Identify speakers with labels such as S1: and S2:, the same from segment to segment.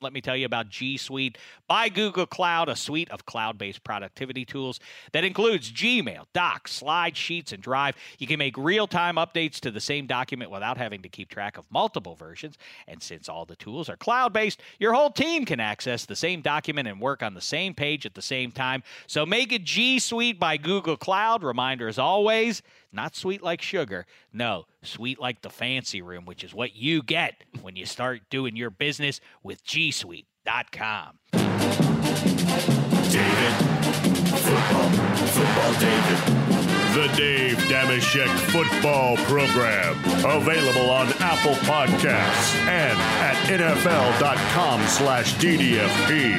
S1: Let me tell you about G Suite by Google Cloud, a suite of cloud based productivity tools that includes Gmail, Docs, Slides, Sheets, and Drive. You can make real time updates to the same document without having to keep track of multiple versions. And since all the tools are cloud based, your whole team can access the same document and work on the same page at the same time. So make it G Suite by Google Cloud. Reminder as always, not sweet like sugar. No, sweet like the fancy room, which is what you get when you start doing your business with gsuite.com.
S2: David. Football. Football David. The Dave Damashek Football Program. Available on Apple Podcasts and at NFL.com slash DDFP.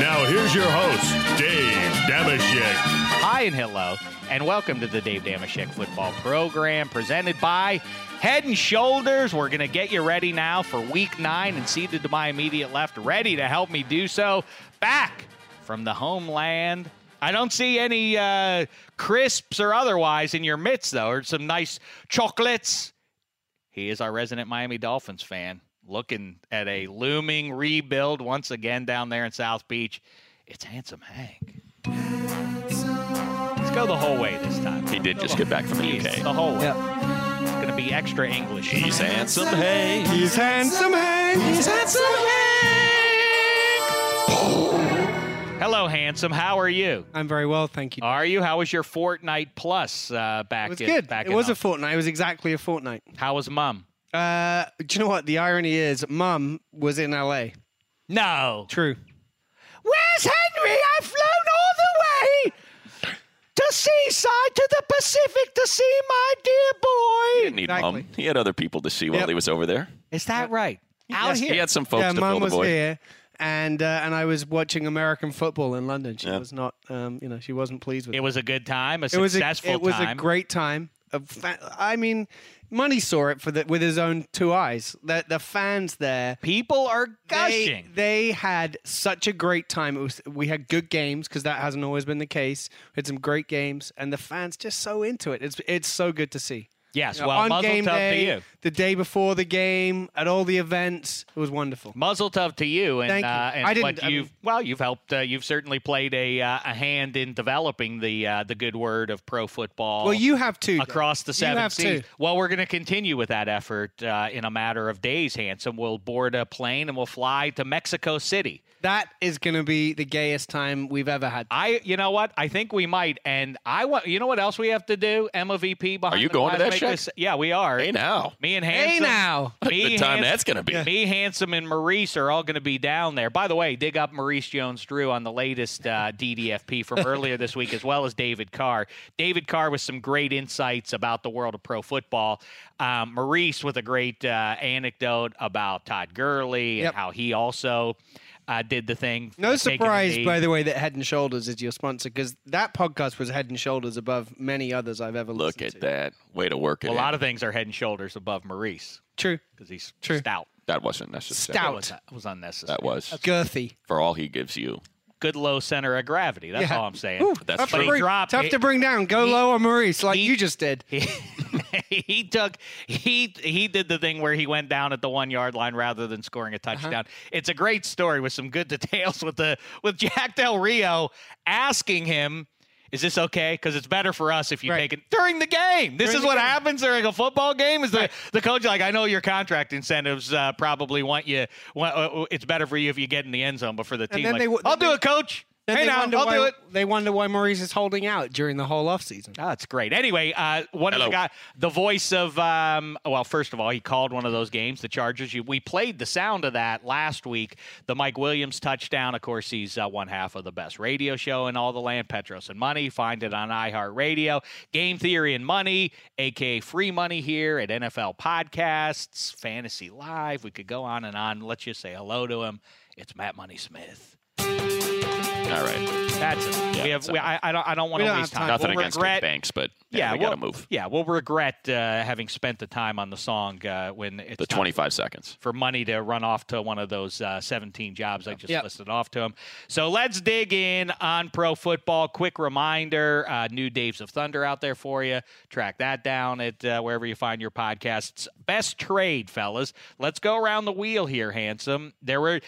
S2: Now here's your host, Dave Damashek.
S1: Hi and hello, and welcome to the Dave Damashek football program presented by Head and Shoulders. We're going to get you ready now for week nine and seated to my immediate left, ready to help me do so. Back from the homeland. I don't see any uh, crisps or otherwise in your midst, though, or some nice chocolates. He is our resident Miami Dolphins fan, looking at a looming rebuild once again down there in South Beach. It's Handsome Hank. Let's go the whole way this time.
S3: He did just get back from the
S1: Jeez,
S3: UK.
S1: The whole way. It's going to be extra English.
S3: He's handsome, hey.
S4: He's handsome, hey. He's handsome,
S1: Hello, handsome. How are you?
S4: I'm very well, thank you.
S1: Are you? How was your Fortnite Plus uh, Oh, back?
S4: it was
S1: in-
S4: good.
S1: Back
S4: It
S1: in
S4: was a
S1: Oc-
S4: fortnight. It was exactly a fortnight.
S1: How was mom?
S4: Uh, do you know what? The irony is, Mum was in LA.
S1: No.
S4: True.
S1: Where's Henry? I've flown all the way to seaside to the Pacific to see my
S3: He
S1: dear
S3: didn't need
S4: Exactly.
S3: mom. He had other people to see while
S4: Yep.
S3: he was over there.
S1: Is that right? Out
S4: Yes,
S1: here.
S3: He had some folks
S4: yeah,
S3: to
S4: Mum
S3: fill the
S4: was
S3: void.
S4: here, and uh, and I was watching American football in London. She
S3: Yeah.
S4: was not, um, you know, she wasn't pleased with
S1: It
S4: it.
S1: was a good time, a
S4: It was a,
S1: successful
S4: it was
S1: time.
S4: a great time. A fa- I mean, Money saw it for the, with his own two eyes. The the fans there
S1: People are
S4: they,
S1: gushing.
S4: they had such a great time. It was, we had good games because that hasn't always been the case. We had some great games, and the fans just so into it. It's it's so good to see.
S1: yes,
S4: You know,
S1: well,
S4: on
S1: muzzle
S4: game
S1: tough
S4: day,
S1: to you.
S4: the day before the game, at all the events, it was wonderful.
S1: Muzzle tough to you, and,
S4: Thank you.
S1: Uh, and
S4: I didn't-
S1: what
S4: I mean-
S1: you've well, you've helped. Uh, you've certainly played a uh, a hand in developing the uh, the good word of pro football.
S4: Well, you have too.
S1: across the
S4: You
S1: seven
S4: have
S1: seas.
S4: to.
S1: Well, we're going to continue with that effort uh, in a matter of days. Handsome, we'll board a plane and we'll fly to Mexico City.
S4: That is going to be the gayest time we've ever had.
S1: I, you know what? I think we might. And I want, you know what else we have to do? Emma VP behind.
S3: Are you
S1: the
S3: going to
S1: glass,
S3: that
S1: make
S3: check?
S1: this- Yeah, we are.
S3: Hey now.
S1: me and handsome.
S4: Hey now,
S3: What a
S1: Me,
S3: good time
S1: Handsome-
S3: that's going to be.
S1: Me, Handsome, and Maurice are all going to be down there. By the way, dig up Maurice Jones Drew on the latest uh, DDFP from earlier this week, as well as David Carr. David Carr with some great insights about the world of pro football. Um, Maurice with a great uh, anecdote about Todd Gurley and
S4: Yep.
S1: how he also uh, did the thing.
S4: no
S1: uh, taking the knee.
S4: surprise, by the way, that Head and Shoulders is your sponsor because that podcast was Head and Shoulders above many others I've ever
S3: Look
S4: listened
S3: at
S4: to.
S3: that. Way to work it.
S1: a
S3: in.
S1: lot of things are head and shoulders above Maurice
S4: True,
S1: because he's
S4: True.
S1: stout.
S3: that wasn't necessary.
S1: That
S4: Stout.
S1: was, that was unnecessary.
S3: That was
S4: girthy.
S3: for all he gives you.
S1: Good low center of gravity. That's
S4: Yeah.
S1: all I'm saying.
S4: Ooh,
S3: That's
S4: tough, to
S3: true. But he
S4: bring,
S1: dropped
S4: tough
S1: it.
S4: to bring down. Go low on Maurice, like
S1: he-
S4: you just did.
S1: he, he took he he did the thing where he went down at the one yard line rather than scoring a
S4: Uh-huh.
S1: touchdown. It's a great story with some good details with the with Jack Del Rio asking him. Is this okay? Because it's better for us if you
S4: Right.
S1: take it during the game. This
S4: During
S1: is
S4: the
S1: what
S4: game.
S1: happens during a football game. Is the the coach like? I know your contract incentives uh, probably want you. Want, uh, uh, it's better for you if you get in the end zone, but for the
S4: And
S1: team,
S4: then
S1: like,
S4: they w-
S1: I'll do
S4: then they-
S1: it, coach.
S4: Then
S1: Hey
S4: they
S1: now,
S4: wonder
S1: I'll
S4: why,
S1: do it.
S4: They wonder why Maurice is holding out during the whole offseason.
S1: That's great. Anyway, uh, one of
S3: Hello.
S1: the guy, the voice of, um, well, first of all, he called one of those games, the Chargers. You- We played the sound of that last week, the Mike Williams touchdown. Of course, he's uh, one half of the best radio show in all the land, Petros and Money. Find it on iHeartRadio, Game Theory and Money, aka Free Money here at NFL Podcasts, Fantasy Live. We could go on and on. Let's just say hello to him. It's Matt Money Smith.
S3: All right.
S1: That's it.
S3: Yeah,
S1: we have.
S3: so-
S1: We, I, I don't. I don't want
S4: We
S1: to
S4: don't
S1: waste
S4: have
S1: time.
S4: time.
S3: Nothing
S1: We'll
S3: against
S1: regret-
S3: Kate Banks, but yeah, we
S1: well,
S3: got to move.
S1: Yeah, we'll regret uh, having spent the time on the song uh, when it's
S3: The
S1: time
S3: 25 seconds.
S1: for money to run off to one of those uh, 17 jobs I just
S4: Yep.
S1: listed off to him. So let's dig in on pro football. Quick reminder: uh, new Daves of Thunder out there for you. Track that down at uh, wherever you find your podcasts. Best trade, fellas. Let's go around the wheel here, handsome. There were,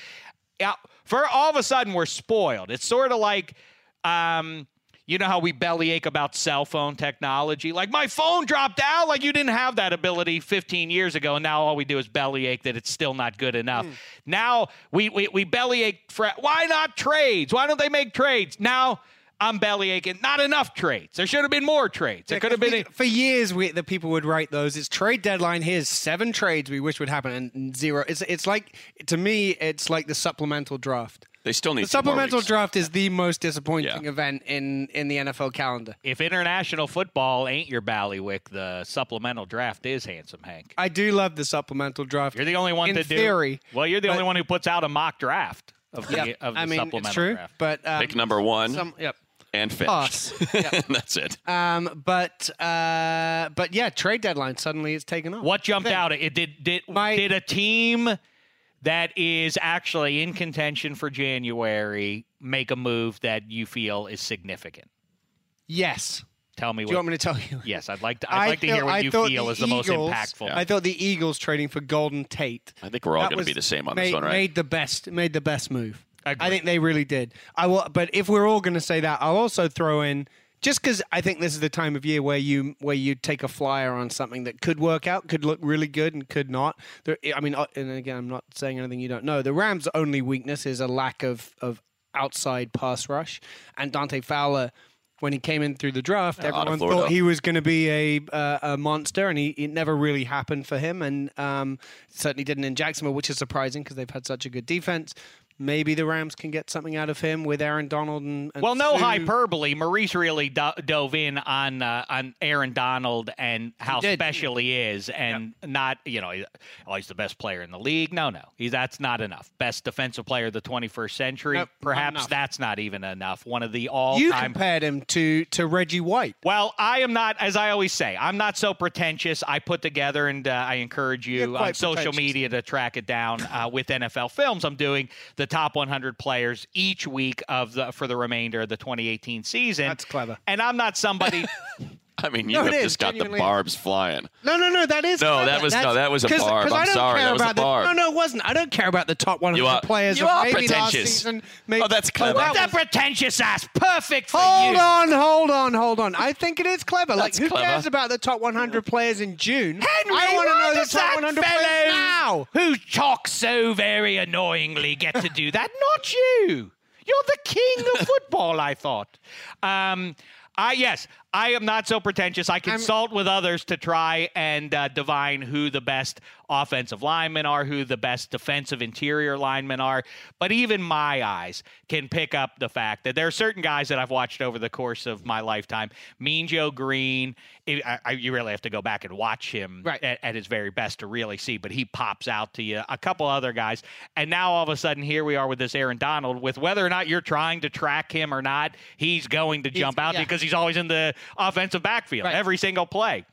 S1: yeah, for all of a sudden we're spoiled. It's sort of like. Um, you know how we bellyache about cell phone technology? Like, my phone dropped out. Like, you didn't have that ability 15 years ago. And now all we do is bellyache that it's still not good
S4: Hmm.
S1: enough. Now we, we, we bellyache. For, why not trades? Why don't they make trades? Now I'm bellyaching. Not enough trades. There should have been more trades. There could have been.
S4: We- for years. We, the people would write those. It's trade deadline. Here's seven trades we wish would happen, and zero. It's it's like to me, it's like the supplemental draft.
S3: They still need
S4: The
S3: two more
S4: supplemental
S3: weeks.
S4: draft is the most disappointing
S3: Yeah.
S4: event in in the NFL calendar.
S1: A, if international football ain't your ballywick, the supplemental draft is handsome, Hank.
S4: I do love the supplemental draft.
S1: You're the only one
S4: in
S1: to do.
S4: theory.
S1: Well, you're the
S4: but-
S1: only one who puts out a mock draft of the,
S4: Yeah,
S1: of the
S4: I mean,
S1: supplemental
S4: it's true,
S1: draft.
S4: but um,
S3: Pick number one
S4: some- yep.
S3: and finish.
S4: Us.
S3: That's it.
S4: Um, but uh, but yeah, trade deadline suddenly it's taken off.
S1: What jumped out? It did did
S4: My-
S1: did a team that is actually in contention for January make a move that you feel is significant?
S4: Yes.
S1: Tell me
S4: Do
S1: what.
S4: you want me to tell you?
S1: yes, I'd like to. I'd like to
S4: thought-
S1: hear what
S4: I
S1: you
S4: thought
S1: feel
S4: the
S1: is the most
S4: Eagles-
S1: impactful.
S4: I thought the Eagles trading for Golden Tate.
S3: I think we're all
S4: that
S3: going to
S4: was-
S3: be the same on
S4: made,
S3: this one, right?
S4: Made the best, made the best move.
S1: Agree.
S4: I think they really did. I will, but if we're all going to say that, I'll also throw in just because I think this is the time of year where you where you take a flyer on something that could work out, could look really good, and could not. There, I mean, uh, and again, I'm not saying anything you don't know. The Rams' only weakness is a lack of of outside pass rush, and Dante Fowler. When he came in through the draft,
S3: out of
S4: everyone
S3: Florida.
S4: thought he was going to be a uh, a monster, and he it never really happened for him, and um, certainly didn't in Jacksonville, which is surprising because they've had such a good defense. Maybe the Rams can get something out of him with Aaron Donald and, and
S1: well, no
S4: Sue.
S1: hyperbole. Maurice really do- dove in on uh, on Aaron Donald and how
S4: did.
S1: special he is, and not you know, he- oh, he's the best player in the league. No, no, he's that's not enough. Best defensive player of the 21st century.
S4: Nope, not
S1: Perhaps
S4: enough.
S1: that's not even enough. One of the all
S4: You
S1: time
S4: compared him to to Reggie White.
S1: Well, I am not, as I always say, I'm not so pretentious. I put together and uh, I encourage
S4: You're
S1: you
S4: quite
S1: on social
S4: pretentious.
S1: media to track it down uh, with NFL Films. I'm doing the top 100 players each week of the for the remainder of the 2018 season.
S4: That's clever.
S1: And I'm not somebody.
S3: I mean, you
S4: No, it
S3: have
S4: is,
S3: just got
S4: genuinely
S3: the
S4: is.
S3: barbs flying.
S4: No, no, no, that is
S3: No,
S4: clever.
S3: that was- no,
S4: That's-
S3: that was a
S4: 'cause-
S3: barb.
S4: 'cause
S3: I'm
S4: I don't
S3: sorry,
S4: care
S3: that was a
S4: about
S3: barb.
S4: The, no, no, it wasn't. I don't care about the top one
S3: You
S4: hundred
S3: are-
S4: players.
S3: you
S4: of
S3: are
S4: maybe Last
S3: pretentious.
S4: season, maybe-
S3: Oh, that's
S4: but
S3: clever.
S1: what
S4: that
S1: that
S4: was-
S1: pretentious ass? Perfect for
S4: Hold
S1: you.
S4: on, hold on, hold on. I think it is clever. Like,
S3: That's
S4: who
S3: clever.
S4: cares about the top 100 players in June?
S1: Henry,
S4: I want to
S1: why
S4: know the
S1: does
S4: top
S1: that
S4: 100
S1: fellow
S4: players now.
S1: who talks so very annoyingly get to do that? Not you. You're the king of football. I thought. Um, I yes, I am not so pretentious. I consult with others to try and uh, divine who the best offensive linemen are, who the best defensive interior linemen are. But even my eyes can pick up the fact that there are certain guys that I've watched over the course of my lifetime. Mean Joe Green, I, I, you really have to go back and watch him
S4: Right.
S1: at, at his very best to really see, but he pops out to you. A couple other guys. And now all of a sudden, here we are with this Aaron Donald, with whether or not you're trying to track him or not, he's going to jump out
S4: yeah.
S1: because he's always in the offensive backfield
S4: Right.
S1: every single play.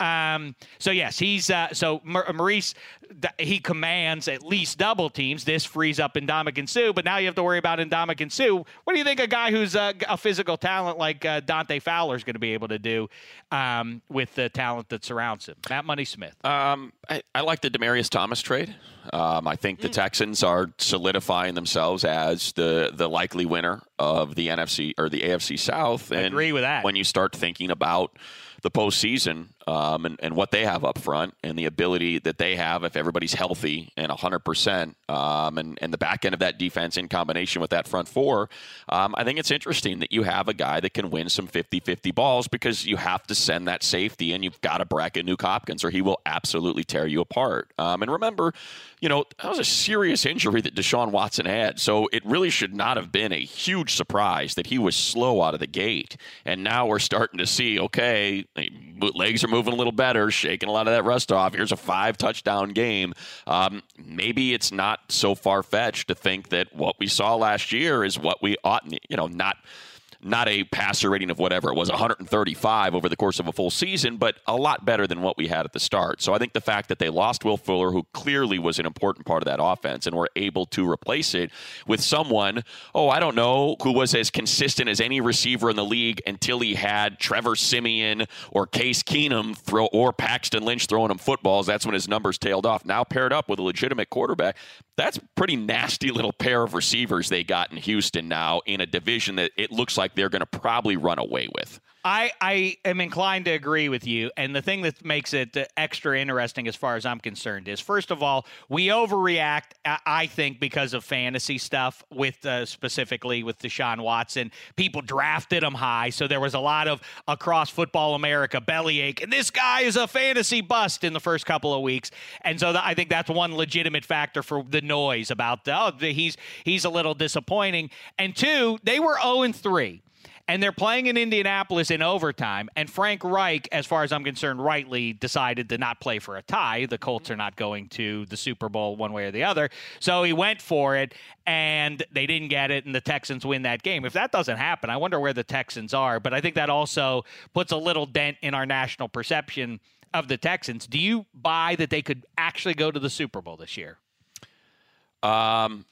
S1: Um, so, yes, he's uh, so Mar- Maurice, th- he commands at least double teams. This frees up Indomik and Sue, but now you have to worry about Indomik and Sue. What do you think a guy who's a, a physical talent like uh, Dante Fowler is going to be able to do um, with the talent that surrounds him? Matt Money Smith.
S3: Um, I, I like the Demarius Thomas trade. Um, I think
S1: Hmm.
S3: the Texans are solidifying themselves as the the likely winner of the NFC or the AFC South. And
S1: Agree with that.
S3: When you start thinking about the postseason, um, and, and what they have up front and the ability that they have if everybody's healthy and 100% um, and, and the back end of that defense in combination with that front four, um, I think it's interesting that you have a guy that can win some 50 50 balls because you have to send that safety and you've got to bracket Nuke Hopkins or he will absolutely tear you apart. Um, and remember, you know, that was a serious injury that Deshaun Watson had. So it really should not have been a huge surprise that he was slow out of the gate. And now we're starting to see, okay, legs are moving a little better, shaking a lot of that rust off. Here's a five touchdown game. Um, maybe it's not so far fetched to think that what we saw last year is what we ought, you know, not not a passer rating of whatever it was 135 over the course of a full season but a lot better than what we had at the start so i think the fact that they lost will fuller who clearly was an important part of that offense and were able to replace it with someone oh i don't know who was as consistent as any receiver in the league until he had trevor simeon or case keenum throw or paxton lynch throwing him footballs that's when his numbers tailed off now paired up with a legitimate quarterback that's a pretty nasty little pair of receivers they got in houston now in a division that it looks like they're going to probably run away with.
S1: I, I am inclined to agree with you. And the thing that makes it uh, extra interesting, as far as I'm concerned, is first of all, we overreact, I, I think, because of fantasy stuff, with uh, specifically with Deshaun Watson. People drafted him high. So there was a lot of across football America bellyache. And this guy is a fantasy bust in the first couple of weeks. And so th- I think that's one legitimate factor for the noise about, the, oh, the, he's, he's a little disappointing. And two, they were 0 3 and they're playing in Indianapolis in overtime. And Frank Reich, as far as I'm concerned, rightly decided to not play for a tie. The Colts are not going to the Super Bowl one way or the other. So he went for it, and they didn't get it, and the Texans win that game. If that doesn't happen, I wonder where the Texans are. But I think that also puts a little dent in our national perception of the Texans. Do you buy that they could actually go to the Super Bowl this year?
S3: Um,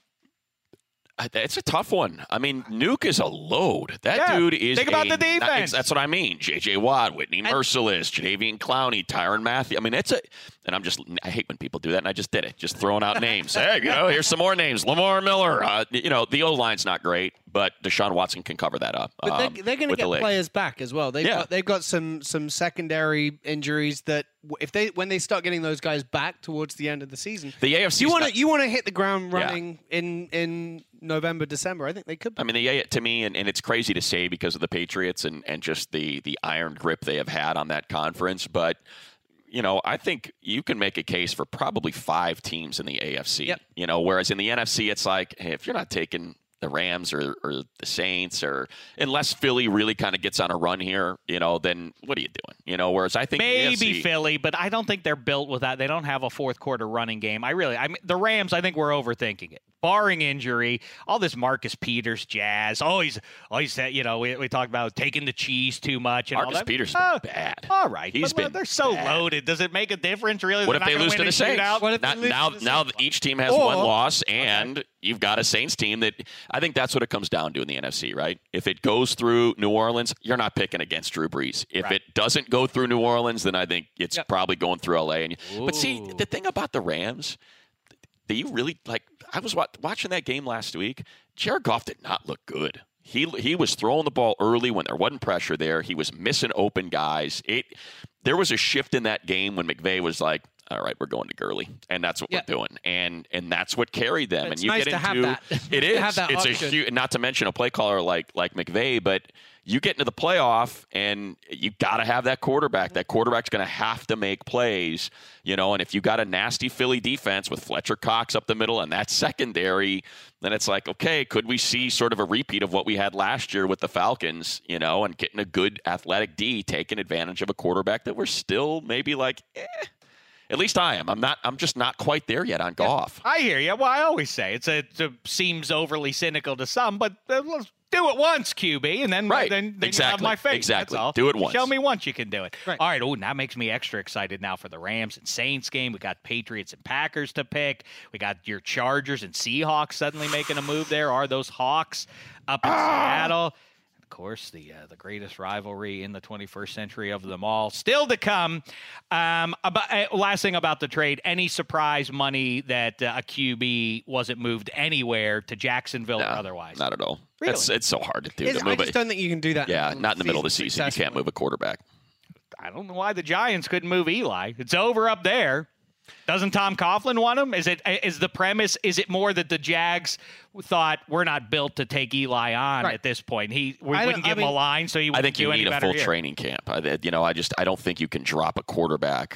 S3: it's a tough one. I mean, Nuke is a load. That
S1: Yeah.
S3: dude is.
S1: Think about the
S3: a-
S1: defense.
S3: That's what I mean. J.J. Watt, Whitney Merciless, Jadavian Clowney, Tyron Matthew. I mean, it's a. And I'm just. I hate when people do that, and I just did it. Just throwing out names. Hey, you know, here's some more names. Lamar Miller. Uh, you know, the O line's not great, but Deshaun Watson can cover that up.
S4: But
S3: um,
S4: they're, they're going to
S3: with the
S4: get
S3: legs.
S4: players back as well. They've
S3: Yeah.
S4: got, they've got some some secondary injuries that w- if they when they start getting those guys back towards the end of the season,
S3: The AFC.
S4: you want to you want to hit the ground running in in November December. I think they could. Be.
S3: I mean, they, to me, and, and it's crazy to say because of the Patriots and, and just the, the iron grip they have had on that conference. But, you know, I think you can make a case for probably five teams in the AFC.
S4: Yep.
S3: You know, whereas in the NFC, it's like, hey, if you're not taking the Rams or, or the Saints or unless Philly really kind of gets on a run here, you know, then what are you doing? You know, whereas I think the
S1: Maybe
S3: AFC
S1: Philly, but I don't think they're built with that. They don't have a fourth quarter running game. I really, I mean, the Rams. I think we're overthinking it. Barring injury, all this Marcus Peters jazz. Oh, he's, oh, he's, you know, we, we talk about taking the cheese too much. And all
S3: Marcus
S1: that.
S3: Peters
S1: Oh,
S3: bad.
S1: All right,
S3: He's
S1: but well,
S3: been
S1: they're so
S3: bad.
S1: loaded. Does it make a difference really?
S3: What
S1: They're
S3: if
S1: not
S3: they
S1: gonna
S3: lose
S1: win
S3: to
S1: a
S3: the Saints?
S1: shootout?
S4: What if they
S3: Not-
S4: lose
S3: now,
S4: to the
S3: now
S4: Saints?
S3: each team has
S4: Or-
S3: one loss, and you've got a Saints team that I think that's what it comes down to in the NFC, right? If it goes through New Orleans, you're not picking against Drew Brees. If
S1: Right.
S3: it doesn't go through New Orleans, then I think it's probably going through LA. And but see,
S1: Ooh.
S3: the thing about the Rams, that you really like. I was wa- watching that game last week. Jared Goff did not look good. He he was throwing the ball early when there wasn't pressure there. He was missing open guys. It there was a shift in that game when McVay was like, "All right, we're going to Gurley," and that's what
S4: Yeah.
S3: we're doing, and and that's what carried them.
S4: It's
S3: and you
S4: nice
S3: get
S4: to
S3: into
S4: have that.
S3: it
S4: To
S3: is
S4: have that
S3: it's
S4: option.
S3: a huge, not to mention a play caller like like McVay, but you get into the playoff and you got to have that quarterback. That quarterback's going to have to make plays, you know. And if you got a nasty Philly defense with Fletcher Cox up the middle and that secondary, then it's like, okay, could we see sort of a repeat of what we had last year with the Falcons, you know, and getting a good athletic D taking advantage of a quarterback that we're still maybe like, eh. At least I am. I'm not. I'm just not quite there yet on golf.
S1: I hear you. Well, I always say it's a, it seems overly cynical to some, but uh, let's do it once, QB, and then
S3: Right.
S1: then, then you have
S3: Exactly.
S1: my faith.
S3: Exactly.
S1: That's all.
S3: Do it once.
S1: Show me once you can do it.
S4: Right.
S1: All right. Oh, that makes me extra excited now for the Rams and Saints game. We got Patriots and Packers to pick. We got your Chargers and Seahawks suddenly making a move. There are those Hawks up in
S3: Ah!
S1: Seattle. Of course, the uh, the greatest rivalry in the 21st century of them all still to come. Um, about, uh, last thing about the trade: any surprise money that uh, a QB wasn't moved anywhere to Jacksonville or
S3: No,
S1: otherwise?
S3: Not at all.
S1: Really?
S3: It's, it's so hard to do.
S4: It's-
S3: to
S4: I
S3: move
S4: just
S3: it.
S4: don't think you can do that.
S3: Yeah, not in the middle of the season. You can't move a quarterback.
S1: I don't know why the Giants couldn't move Eli. It's over up there. Doesn't Tom Coughlin want him? Is it eh, is the premise? Is it more that the Jags thought we're not built to take Eli on
S4: Right.
S1: at this point? He we
S4: I don't-
S1: wouldn't
S4: I
S1: give him a
S4: mean-
S1: line, so he
S3: I
S1: wouldn't
S3: think
S1: do
S3: you
S1: any
S3: need a
S1: better
S3: full
S1: here.
S3: training camp. I, that- you know, I just I don't think you can drop a quarterback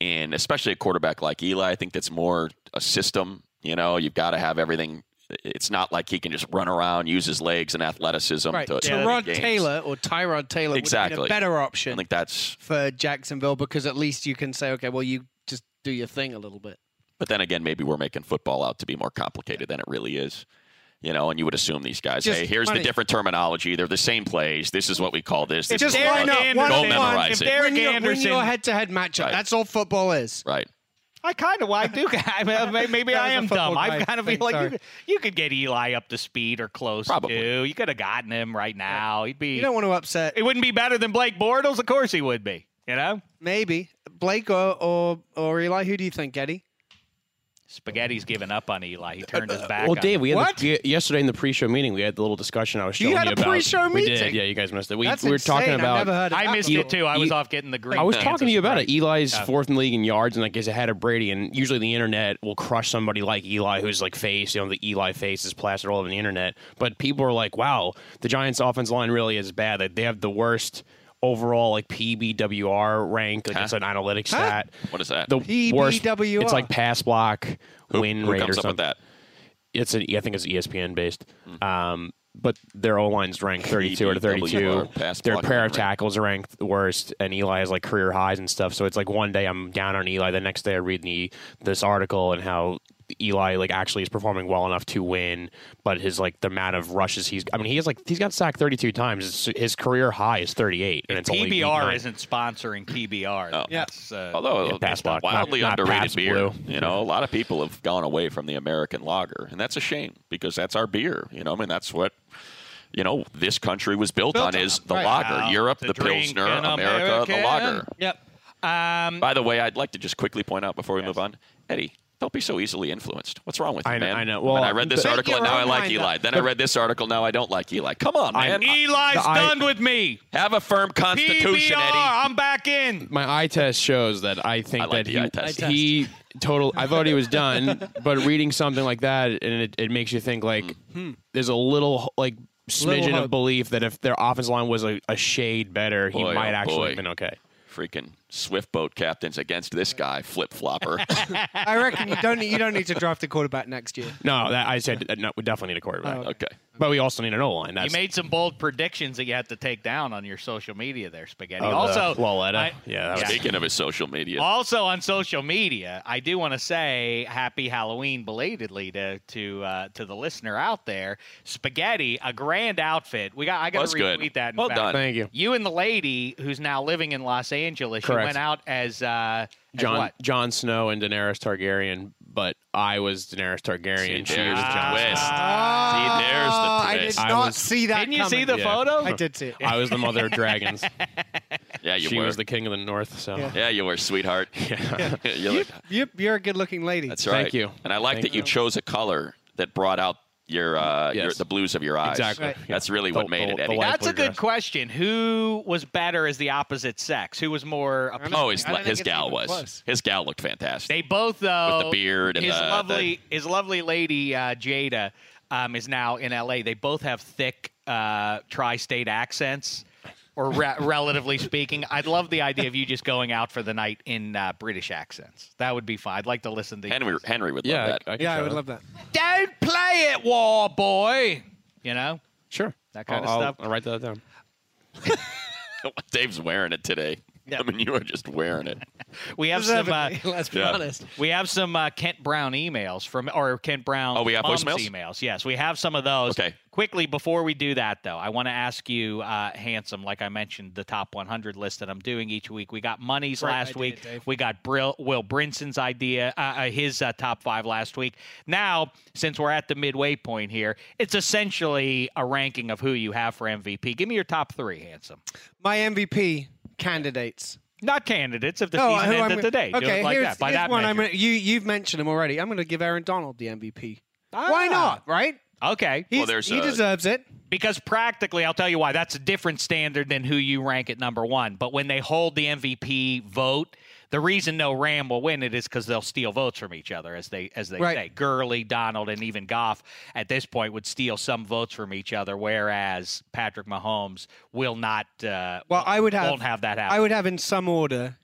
S3: in, especially a quarterback like Eli. I think that's more a system. You know, you've got to have everything. It's not like he can just run around, use his legs and athleticism
S4: Right.
S3: to
S4: Tyrod
S3: to win games.
S4: Taylor or Tyrod Taylor would
S3: Exactly.
S4: have been a better
S3: I
S4: option
S3: think that's.
S4: for Jacksonville because at least you can say, okay, well, you just do your thing a little bit.
S3: But then again, maybe we're making football out to be more complicated than it really is. You know, and you would assume these guys.
S4: Just
S3: hey, here's
S4: money.
S3: the different terminology. They're the same plays. This is what we call this. this
S4: Just
S3: is
S4: line
S3: what we
S4: up
S3: call-
S4: one
S3: Go
S4: and one.
S3: memorize
S1: If
S3: it.
S1: they're- Eric
S4: win your, win
S1: Anderson-
S4: your head-to-head matchup.
S3: Right.
S4: That's all football is.
S3: Right.
S1: I kind of, I do. I mean, may- maybe
S4: That
S1: I
S4: was a
S1: am
S4: football
S1: dumb. I
S4: guy
S1: kind of feel
S4: thing,
S1: like you
S4: sorry.
S1: could, you could get Eli up to speed or close
S3: Probably.
S1: to. You could have gotten him right now. He'd be.
S4: You don't want to upset.
S1: it wouldn't be better than Blake Bortles. Of course, he would be. You know,
S4: Maybe Blake or, or or Eli. Who do you think, Eddie?
S1: Spaghetti's given up on Eli. He turned his back.
S5: Well,
S1: on
S5: Dave,
S1: him.
S5: we had
S4: What?
S5: the, yesterday in the pre-show meeting, we had the little discussion I was
S4: You
S5: showing you,
S4: had a
S5: about.
S4: pre-show
S5: we
S4: meeting?
S5: Did. Yeah, you guys missed it. We,
S4: That's
S5: we were
S4: insane.
S5: talking about.
S4: I've never heard of
S1: I
S4: that
S1: missed
S4: before.
S1: it too. I was
S5: you-
S1: off getting the green.
S5: I was
S1: Kansas
S5: talking to you about
S1: break.
S5: it. Eli's
S1: Yeah.
S5: fourth in the league in yards, and like is ahead of Brady. And usually the internet will crush somebody like Eli, who's like face, you know, the Eli face is plastered all over the internet. But people are like, "Wow, the Giants' offense line really is bad. That they have the worst overall like PBWR rank. Like it's an analytics stat.
S3: What is that?
S5: The worst.
S4: PBWR.
S5: It's like pass block, win
S3: Who
S5: rate
S3: comes
S5: or
S3: up
S5: something.
S3: with that?
S5: it's an, E, I think it's ESPN based. Um, but their O line's ranked 32 out of
S3: PBWR
S5: 32.
S3: pass
S5: Their
S3: blocking
S5: pair of
S3: rank.
S5: tackles are ranked the worst, and Eli has like career highs and stuff. So it's like one day I'm down on Eli, the next day I read the, this article and how Eli like actually is performing well enough to win, but his like the amount of rushes he's I mean he has like he's got sacked 32 times. His, his career high is 38, and it's only week
S1: PBR
S5: nine.
S1: isn't sponsoring PBR.
S3: Oh.
S1: Yes. Uh,
S3: Although
S5: Yeah,
S3: it's
S5: Pabst
S3: a
S5: Black.
S3: wildly
S5: Not- not
S3: underrated
S5: Pabst
S3: beer,
S5: Blue.
S3: you know, a lot of people have gone away from the American lager, and that's a shame because that's our beer. You know, I mean, that's what you know this country was built,
S4: Built
S3: on is
S4: on,
S3: the
S4: right.
S3: lager.
S1: Wow.
S3: Europe,
S1: To
S3: the
S1: drink
S3: pilsner,
S1: in
S3: America, the
S1: American.
S3: lager.
S4: Yep.
S1: um,
S3: By the way, I'd like to just quickly point out before we move on, Eddie. Don't be so easily influenced. What's wrong with you,
S5: I know-
S3: man?
S5: I know.
S3: When
S5: Well,
S3: I read this
S4: Make
S3: article and
S4: your
S3: now I
S4: own
S3: like
S4: mind
S3: Eli.
S4: up.
S3: Then I read this article now I don't like Eli. Come on, man.
S1: Eli's
S5: I-
S1: done with me.
S3: Have a firm
S1: PBR.
S3: constitution, Eddie.
S1: I'm back in.
S5: my eye test shows that I think
S3: I like the eye
S5: that
S3: test.
S5: he, he total. I thought he was done, but reading something like that and it, it makes you think like
S3: Mm.
S5: there's a little like smidgen
S4: Little
S5: of
S4: hope.
S5: belief that if their offensive line was a, a shade better,
S3: Boy,
S5: he might
S3: oh
S5: actually
S3: boy.
S5: have been okay.
S3: Freaking swift boat captains against this guy, flip flopper.
S4: I reckon you don't need, you don't need to draft a quarterback next year.
S5: No, that, I said that, no. We definitely need a quarterback,
S3: okay.
S5: but we also need an O line. That's
S1: You made some bold predictions that you had to take down on your social media there, Spaghetti.
S5: Oh, the
S1: also,
S5: Loletta.
S1: I-
S5: Yeah, that was-
S3: Speaking of his social media,
S1: Also on social media, I do want to say happy Halloween belatedly to to uh, to the listener out there. Spaghetti, a grand outfit. We got I got
S3: Was
S1: to
S3: good.
S1: retweet that. in
S3: Well
S1: fact.
S3: done.
S5: thank you,
S1: You and the lady who's now living in Los Angeles, you
S5: Correct.
S1: went out as uh, as
S5: John.
S1: what?
S5: John Snow and Daenerys Targaryen, but I was Daenerys Targaryen.
S3: See,
S5: she was
S3: there's
S1: Ah.
S3: the
S5: John.
S3: twist. See,
S5: Snow.
S3: there's the
S4: Ah, Oh, I did
S3: twist.
S5: I
S4: not
S5: was-
S4: see that.
S1: Didn't you see the
S4: coming.
S5: Yeah.
S1: photo?
S4: I did see it.
S5: I was the mother of dragons.
S3: yeah, you
S5: she
S3: were.
S5: was the king of the north. So
S4: Yeah.
S3: yeah, you were, sweetheart. Yeah. you
S4: Yep,
S3: look,
S4: yep, you're a good-looking lady.
S3: that's right.
S5: Thank you.
S3: And I like
S5: Thank
S3: that you
S5: you.
S3: chose a color that brought out your, uh, your
S5: Yes.
S3: the blues of your eyes.
S5: Exactly.
S4: Right.
S3: That's really what
S5: The-
S3: made
S5: the-
S3: it,
S5: the
S3: Eddie.
S5: light
S1: That's a
S5: blue
S1: good
S5: dress.
S1: question. Who was better as the opposite sex? Who was more? appealing?
S3: oh, his,
S4: I don't think
S3: his
S4: it's
S3: gal
S4: even
S3: was.
S4: close.
S3: His gal looked fantastic.
S1: They both though
S3: With the beard and
S1: his
S3: the-
S1: lovely his lovely lady uh, Jada um, is now in L.A. They both have thick uh, tri-state accents, or re- relatively speaking. I'd love the idea of you just going out for the night in uh, British accents. That would be fun. I'd like to listen to you.
S3: Henry, Henry would
S5: yeah,
S3: love
S5: I,
S3: that.
S5: I could
S4: yeah, I
S5: show
S4: would
S5: that.
S4: love that.
S1: Don't play it, war boy. You know
S5: Sure.
S1: that kind
S5: I'll-
S1: of
S5: I'll-
S1: stuff.
S5: I'll write that down.
S3: Dave's wearing it today.
S1: Yeah.
S3: I mean, you are just wearing it.
S1: we have some. Uh,
S4: Specifically, Let's be
S3: yeah.
S4: honest.
S1: We have some uh, Kent Brown emails from, or Kent Brown.
S3: Oh, we have
S1: mom's
S3: voicemails?
S1: emails. Yes, we have some of those.
S3: Okay.
S1: Quickly before we do that, though, I want to ask you, uh, handsome. Like I mentioned, the top 100 list that I'm doing each week. We got Money's
S4: Great
S1: last
S4: idea,
S1: week.
S4: Dave.
S1: We got Brill, Will Brinson's idea, uh, uh, his uh, top five last week. Now, since we're at the midway point here, it's essentially a ranking of who you have for MVP. Give me your top three, handsome.
S4: My MVP candidates.
S1: Not candidates if the
S4: No,
S1: season
S4: Oh, who I'm
S1: ended today. Do
S4: Okay,
S1: it like
S4: here's,
S1: that. By
S4: here's
S1: that
S4: one. I'm
S1: measure.
S4: gonna, you you've mentioned him already. I'm going to give Aaron Donald the MVP. Why
S1: Ah.
S4: not? Right?
S1: Okay.
S4: He's,
S3: there's
S4: he
S3: a-
S4: deserves it.
S1: Because practically, I'll tell you why. That's a different standard than who you rank at number one. But when they hold the MVP vote, the reason no Ram will win it is because they'll steal votes from each other, as they as they
S4: Right.
S1: say. Gurley, Donald, and even Goff at this point would steal some votes from each other, whereas Patrick Mahomes will not. Uh,
S4: Well, I would have-
S1: won't have that happen.
S4: I would have in some order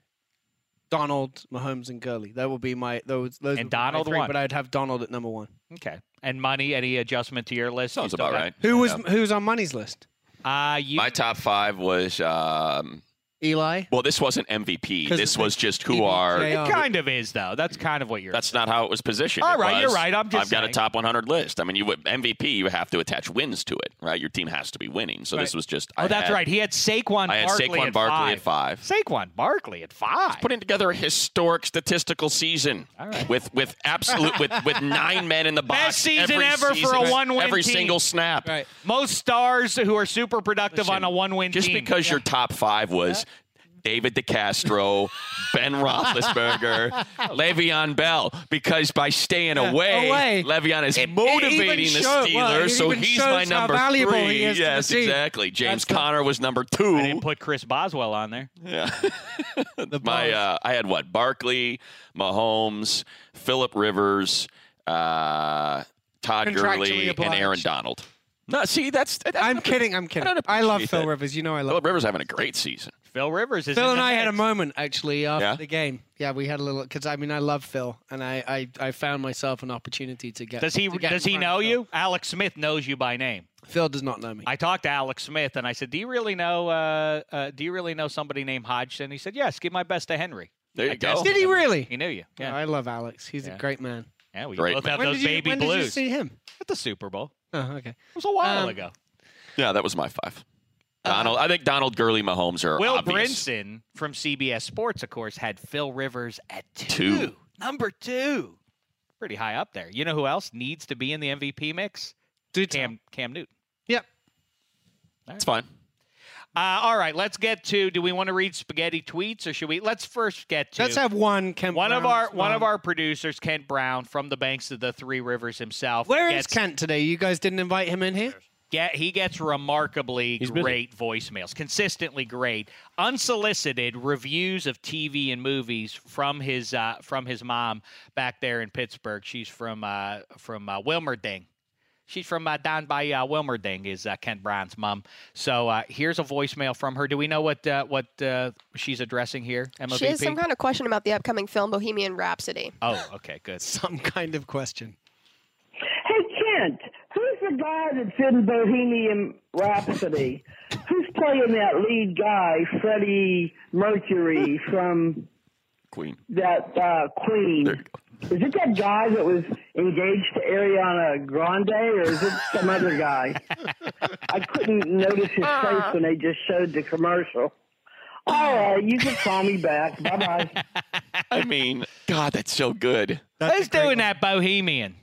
S4: Donald, Mahomes, and Gurley. That would be my those. those
S1: And
S4: would be my
S1: Donald
S4: three,
S1: won.
S4: but I'd have Donald at number one.
S1: okay. And money, any adjustment to your list? You
S3: Sounds
S1: still
S3: about
S1: got-
S3: right.
S4: Who was
S3: Yeah.
S4: who was on money's list?
S1: Uh, you,
S3: My top five was um,
S4: Eli.
S3: well. This wasn't MVP.
S4: 'Cause
S3: This
S4: it's
S3: was
S4: like
S3: just who
S4: PBJ.
S3: are.
S4: Yeah.
S1: It kind of is though. That's kind of what you're.
S3: That's not how it was positioned.
S1: All
S3: It
S1: right, you're
S3: was,
S1: right. I'm just
S3: I've got a
S1: saying."
S3: top 100 list. I mean, you would, MVP. You have to attach wins to it, right? Your team has to be winning. So this was just.
S1: oh,
S3: I
S1: that's
S3: had-
S1: right. He had Saquon.
S3: I had
S1: Barkley
S3: Saquon
S1: at
S3: Barkley at
S1: five.
S3: five.
S1: Saquon Barkley at five.
S3: putting together a historic statistical season
S1: All right.
S3: with with absolute with with nine men in the box.
S1: Best season
S3: every
S1: ever for
S3: season,
S1: a one-win
S3: Every
S1: team.
S3: single snap.
S4: Right.
S1: Most stars who are super productive on a one-win
S3: Just
S1: team.
S3: because your top five was. David DeCastro, Ben Roethlisberger, Le'Veon Bell, because by staying away,
S4: away.
S3: Le'Veon is
S4: It- it
S3: motivating
S4: even
S3: the
S4: show-
S3: Steelers,
S4: well, it
S3: so
S4: even
S3: he's
S4: shows
S3: my
S4: how
S3: number
S4: valuable
S3: three.
S4: he is to the
S3: yes,
S4: team.
S3: exactly. James
S4: That's the-
S3: Connor was number
S1: I didn't
S3: two.
S1: put Chris Boswell on there.
S3: My uh, I had what? Barkley, Mahomes, Philip Rivers, uh, Todd
S4: Contractually
S3: Gurley, and
S4: obliged.
S3: Aaron Donald. No, see, that's, that's
S4: I'm kidding. I'm kidding.
S3: don't
S4: I love
S3: appreciate
S4: Phil
S3: that.
S4: Rivers. You know I love.
S3: Philip Rivers having a great season.
S1: Phil Rivers is.
S4: Phil
S1: in
S4: and
S1: the
S4: I had a
S1: mix.
S4: moment actually after
S3: Yeah?
S4: the game. Yeah, we had a little because I mean I love Phil, and I, I I found myself an opportunity to get.
S1: Does he?
S4: to get
S1: Does
S4: in
S1: he
S4: front of
S1: know
S4: Phil.
S1: you? Alex Smith knows you by name.
S4: Phil does not know me.
S1: I talked to Alex Smith and I said, "Do you really know? Uh, uh, do you really know somebody named Hodgson?" He said, "Yes. Give my best to Henry."
S3: There you
S1: I
S3: go.
S1: guess-
S4: Did he really?
S1: He knew you. Yeah.
S4: I love Alex. He's
S1: Yeah.
S4: a great man.
S1: Yeah. We
S3: Great
S1: both
S3: man.
S1: have
S4: when
S1: those
S4: did you,
S1: baby
S4: when did you
S1: blues
S4: see him?
S1: at the Super Bowl.
S4: Oh, okay.
S1: It was a while
S4: Um,
S1: ago.
S3: Yeah, that was my five. Donald, I think Donald Gurley, Mahomes are
S1: Uh, Will
S3: obvious.
S1: Brinson from CBS Sports, of course, had Phil Rivers at two.
S3: Two.
S1: Number two. Pretty high up there. You know who else needs to be in the MVP mix?
S4: Dude,
S1: Cam Cam Newton.
S4: Yep.
S3: It's fine.
S1: Uh, all right, let's get to. Do we want to read spaghetti tweets or should we? Let's first get to.
S4: Let's have one. Kent
S1: one of
S4: Brown's
S1: our one of
S4: mom.
S1: our producers, Kent Brown, from the banks of the Three Rivers himself.
S4: Where
S1: gets,
S4: is Kent today? You guys didn't invite him in here.
S1: Get, he gets remarkably
S5: He's busy.
S1: great voicemails, consistently great, unsolicited reviews of TV and movies from his uh, from his mom back there in Pittsburgh. She's from uh, from uh, Wilmerding. She's from uh, down by uh, Wilmerding. Is uh, Kent Brown's mom? So uh, here's a voicemail from her. Do we know what uh, what uh, she's addressing here? MOVP?
S6: She has some kind of question about the upcoming film Bohemian Rhapsody.
S1: oh, okay, good.
S4: Some kind of question.
S7: Hey, Kent, who's the guy that's in Bohemian Rhapsody? who's playing that lead guy, Freddie Mercury from
S3: Queen.
S7: that uh, Queen?
S3: There you go.
S7: Is it that guy that was engaged to Ariana Grande, or is it some other guy? I couldn't notice his face when they just showed the commercial. All
S6: Ah.
S7: right, you can call me back. Bye bye.
S3: I mean, God, that's so good.
S1: Who's doing that bohemian?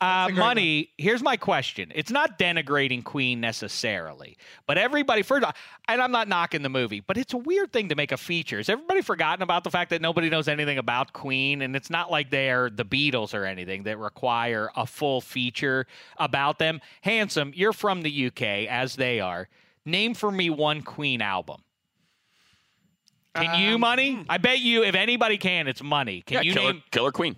S1: Uh, money. Here's my question. It's not denigrating Queen necessarily, but everybody first. And I'm not knocking the movie, but it's a weird thing to make a feature. Has everybody forgotten about the fact that nobody knows anything about Queen, and it's not like they're the Beatles or anything that require a full feature about them? Handsome, you're from the UK, as they are. Name for me one Queen album. Can you, money? I bet you, if anybody can, it's money. Can
S3: Um, hmm. Yeah,
S1: you
S3: killer,
S1: name?
S3: killer Queen.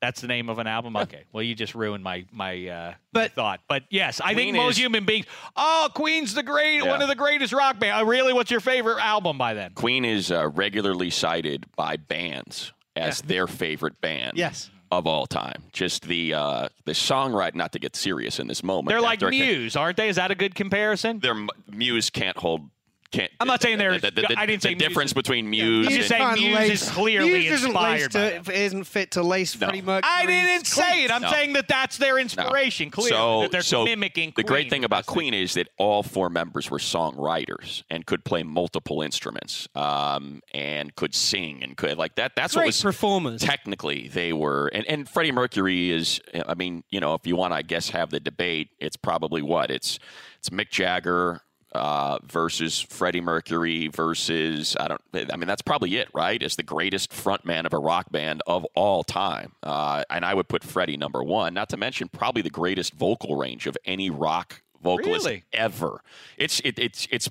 S1: That's the name of an album. Okay. Well, you just ruined my my uh,
S4: But-
S1: thought. But yes, I think
S3: Queen
S1: most
S3: is-
S1: human beings. Oh, Queen's the great one
S3: Yeah.
S1: of the greatest rock band. Uh, really, what's your favorite album by then?
S3: Queen is uh, regularly cited by bands as their favorite band.
S4: Yes.
S3: Of all time, just the uh, the songwriting. Not to get serious in this moment.
S1: They're like
S3: after I can-
S1: Muse, aren't they? Is that a good comparison?
S3: their m- muse can't hold. Can't.
S1: I'm not saying they're-
S3: The, the, the,
S1: I didn't
S3: the
S1: say Muse
S3: difference
S1: is-
S3: between muse.
S1: I'm just
S3: and,
S1: saying
S4: Can't
S1: Muse
S4: lace-
S1: is clearly
S4: Muse isn't
S1: inspired
S4: laced
S1: by
S4: to, Isn't fit to lace
S3: No.
S4: Freddie Mercury.
S1: I didn't say it. I'm
S3: No.
S1: saying that that's their inspiration. Clearly,
S3: so,
S1: that they're
S3: so
S1: mimicking.
S3: the great
S1: Queen.
S3: thing about Queen is that all four members were songwriters and could play multiple instruments, um, and could sing and could like that. That's what
S4: Great
S3: was
S4: performers.
S3: technically they were and, and freddie mercury is i mean you know if you want to i guess have the debate it's probably what it's it's mick jagger uh, versus Freddie Mercury versus I don't I mean that's probably it right as the greatest frontman of a rock band of all time uh, and I would put Freddie number one not to mention probably the greatest vocal range of any rock vocalist
S1: Really?
S3: ever. It's it, it's it's.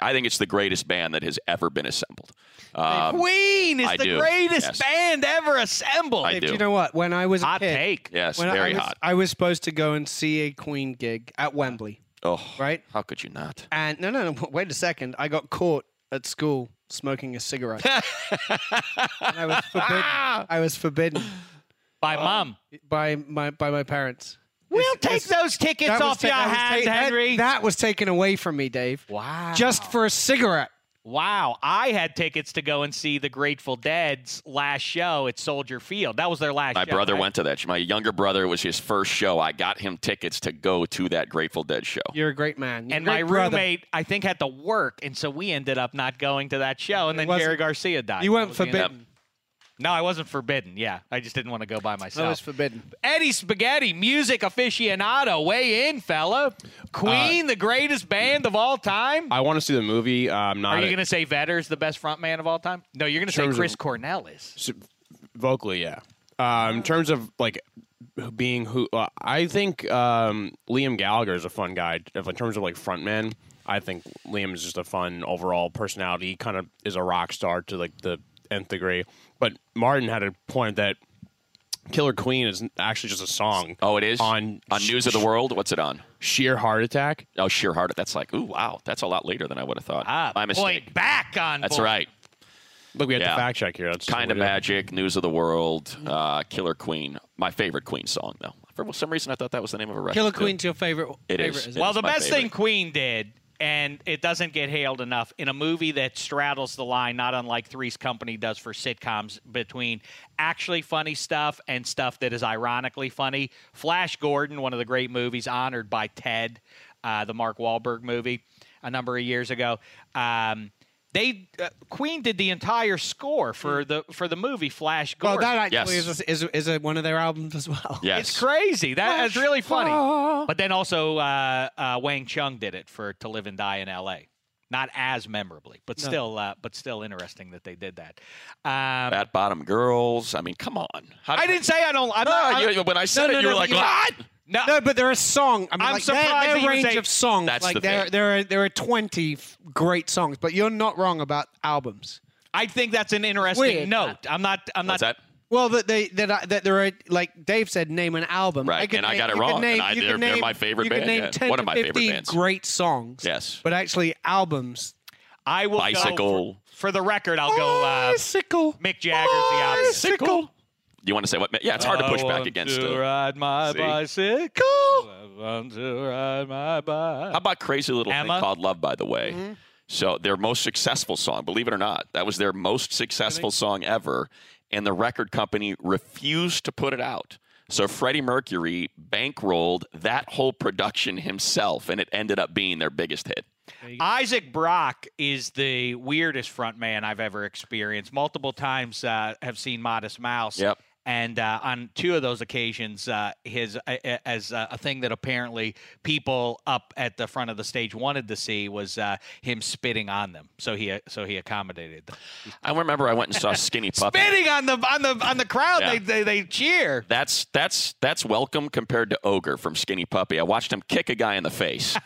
S3: I think it's the greatest band that has ever been assembled. Um,
S1: Queen is
S3: I
S1: the
S3: do.
S1: greatest
S3: Yes.
S1: band ever assembled.
S3: I
S4: Do
S3: do.
S4: you know what? When I was
S1: Hot
S4: a kid,
S1: take.
S3: yes,
S4: when
S3: very
S4: I was,
S3: hot.
S4: I was supposed to go and see a Queen gig at Wembley,
S3: Oh,
S4: right?
S3: how could you not?
S4: And no, no, no. Wait a second. I got caught at school smoking a cigarette. and I was forbidden. I was forbidden
S1: By mom.
S4: by my by my parents.
S1: We'll
S4: It's-
S1: take
S4: it's-
S1: those tickets
S4: that was
S1: off
S4: ta-
S1: your
S4: that was ta-
S1: hands,
S4: that-
S1: Henry.
S4: That, was taken away from me, Dave.
S1: wow.
S4: Just for a cigarette.
S1: Wow, I had tickets to go and see the Grateful Dead's last show at Soldier Field. That was their last
S3: My
S1: show.
S3: brother
S1: right?
S3: went to that. sh- My younger brother it was his first show. I got him tickets to go to that Grateful Dead show.
S4: You're a great man. You're
S1: And
S4: a
S1: my
S4: great brother.
S1: roommate, I think, had to work, and so we ended up not going to that show. And then
S4: wasn't-
S1: Jerry Garcia died.
S4: You
S1: That
S4: weren't
S1: was the end of-
S4: forbidden.
S1: No, I wasn't forbidden. Yeah, I just didn't want to go by myself.
S4: I was forbidden.
S1: Eddie Spaghetti, music aficionado, weigh in, fella.
S3: Uh,
S1: Queen, the greatest band of all time.
S5: I want to see the movie. Um, not
S1: Are you
S5: a-
S1: going to say Vetter's the best frontman of all time? No, you're going to say
S5: terms of-
S1: Chris Cornell is.
S5: s- vocally, yeah. Um, in terms of like who- being who, uh, I think um, Liam Gallagher is a fun guy. If- In terms of like frontman, I think Liam is just a fun overall personality. He kind of is a rock star to like the nth degree. But Martin had a point that Killer Queen is actually just a song.
S3: Oh, it is
S5: on
S3: on
S5: sh-
S3: News of the World. What's it on?
S5: Sheer Heart Attack.
S3: Oh, sheer hearted. That's like, ooh, wow. That's a lot later than I would have thought.
S1: Ah,
S3: My mistake.
S1: Point back on.
S3: That's
S1: board.
S3: right.
S5: Look, we had
S3: Yeah.
S5: to fact check here. That's just
S3: Kind
S5: what
S3: of
S5: we do.
S3: Magic, News of the World, uh, Killer Queen. My favorite Queen song, though. For some reason, I thought that was the name of a record.
S4: Killer
S3: too.
S4: Queen's your favorite.
S3: It
S4: favorite
S3: is.
S4: isn't
S1: Well,
S3: It's
S1: the
S3: my
S1: best thing
S3: favorite.
S1: Queen did, and it doesn't get hailed enough, in a movie that straddles the line, not unlike Three's Company does for sitcoms, between actually funny stuff and stuff that is ironically funny. Flash Gordon, one of the great movies, honored by Ted, uh, the Mark Wahlberg movie, a number of years ago. Um, they uh, Queen did the entire score for
S3: Hmm.
S1: the for the movie Flash
S4: Well,
S1: Gordon.
S4: that actually
S3: Yes.
S4: is, is, is a, one of their albums as well.
S3: Yes.
S1: It's crazy. That is really funny. But then also uh, uh, Wang Chung did it for To Live and Die in L.A. Not as memorably, but still, uh, but still interesting that they did that. Um,
S3: Fat Bottom Girls. I mean, come on. How
S1: I didn't say I don't. I'm
S3: No,
S1: not, I-
S3: you- when I said
S4: No,
S3: it,
S4: no,
S3: you were
S4: no,
S3: like,
S4: you-
S3: what?
S1: no,
S4: No, but they're a song. I mean,
S1: I'm
S4: like, their-
S1: surprised
S4: their,
S1: that you
S4: range
S1: say-
S4: of songs.
S3: That's
S4: like
S3: the
S4: there,
S3: thing.
S4: there are there are twenty f- great songs, but you're not wrong about albums.
S1: I think that's an interesting
S4: Weird.
S1: note. I'm not. I'm
S3: What's
S1: not.
S3: that?
S4: Well, that they that I, that there are like Dave said, name an album.
S3: Right,
S4: could
S3: and I
S4: name-
S3: got it
S4: you could
S3: wrong, and
S4: Name,
S3: I-
S4: you could
S3: they're- they're
S4: name-
S3: my favorite
S4: you
S3: band,
S4: Could name
S3: yeah.
S4: 10
S3: One
S4: to
S3: of my favorite
S4: 50
S3: bands.
S4: Great songs.
S3: Yes.
S4: but actually albums.
S1: I will go for-
S3: Bicycle.
S1: for, the record. I'll go. Uh,
S4: Bicycle.
S1: Mick Jagger's the obvious.
S3: Bicycle. You want to say what? Yeah, it's hard to push
S1: I
S3: back
S1: want
S3: against.
S1: to
S3: uh,
S1: ride my
S3: See?
S1: bicycle. I want to ride my bike.
S3: How about Crazy Little
S1: Emma?
S3: Thing Called Love, by the way? So their most successful song, believe it or not, that was their most successful song ever, and the record company refused to put it out. So Freddie Mercury bankrolled that whole production himself, and it ended up being their biggest hit.
S1: Isaac Brock is the weirdest frontman I've ever experienced. Multiple times uh, have seen Modest Mouse.
S3: Yep.
S1: And uh, on two of those occasions, uh, his uh, as uh, a thing that apparently people up at the front of the stage wanted to see was uh, him spitting on them. So he uh, so he accommodated them.
S3: I remember I went and saw Skinny Puppy.
S1: Spitting on the on the on the crowd,
S3: Yeah.
S1: they, they they cheer.
S3: That's that's that's welcome compared to Ogre from Skinny Puppy. I watched him kick a guy in the face,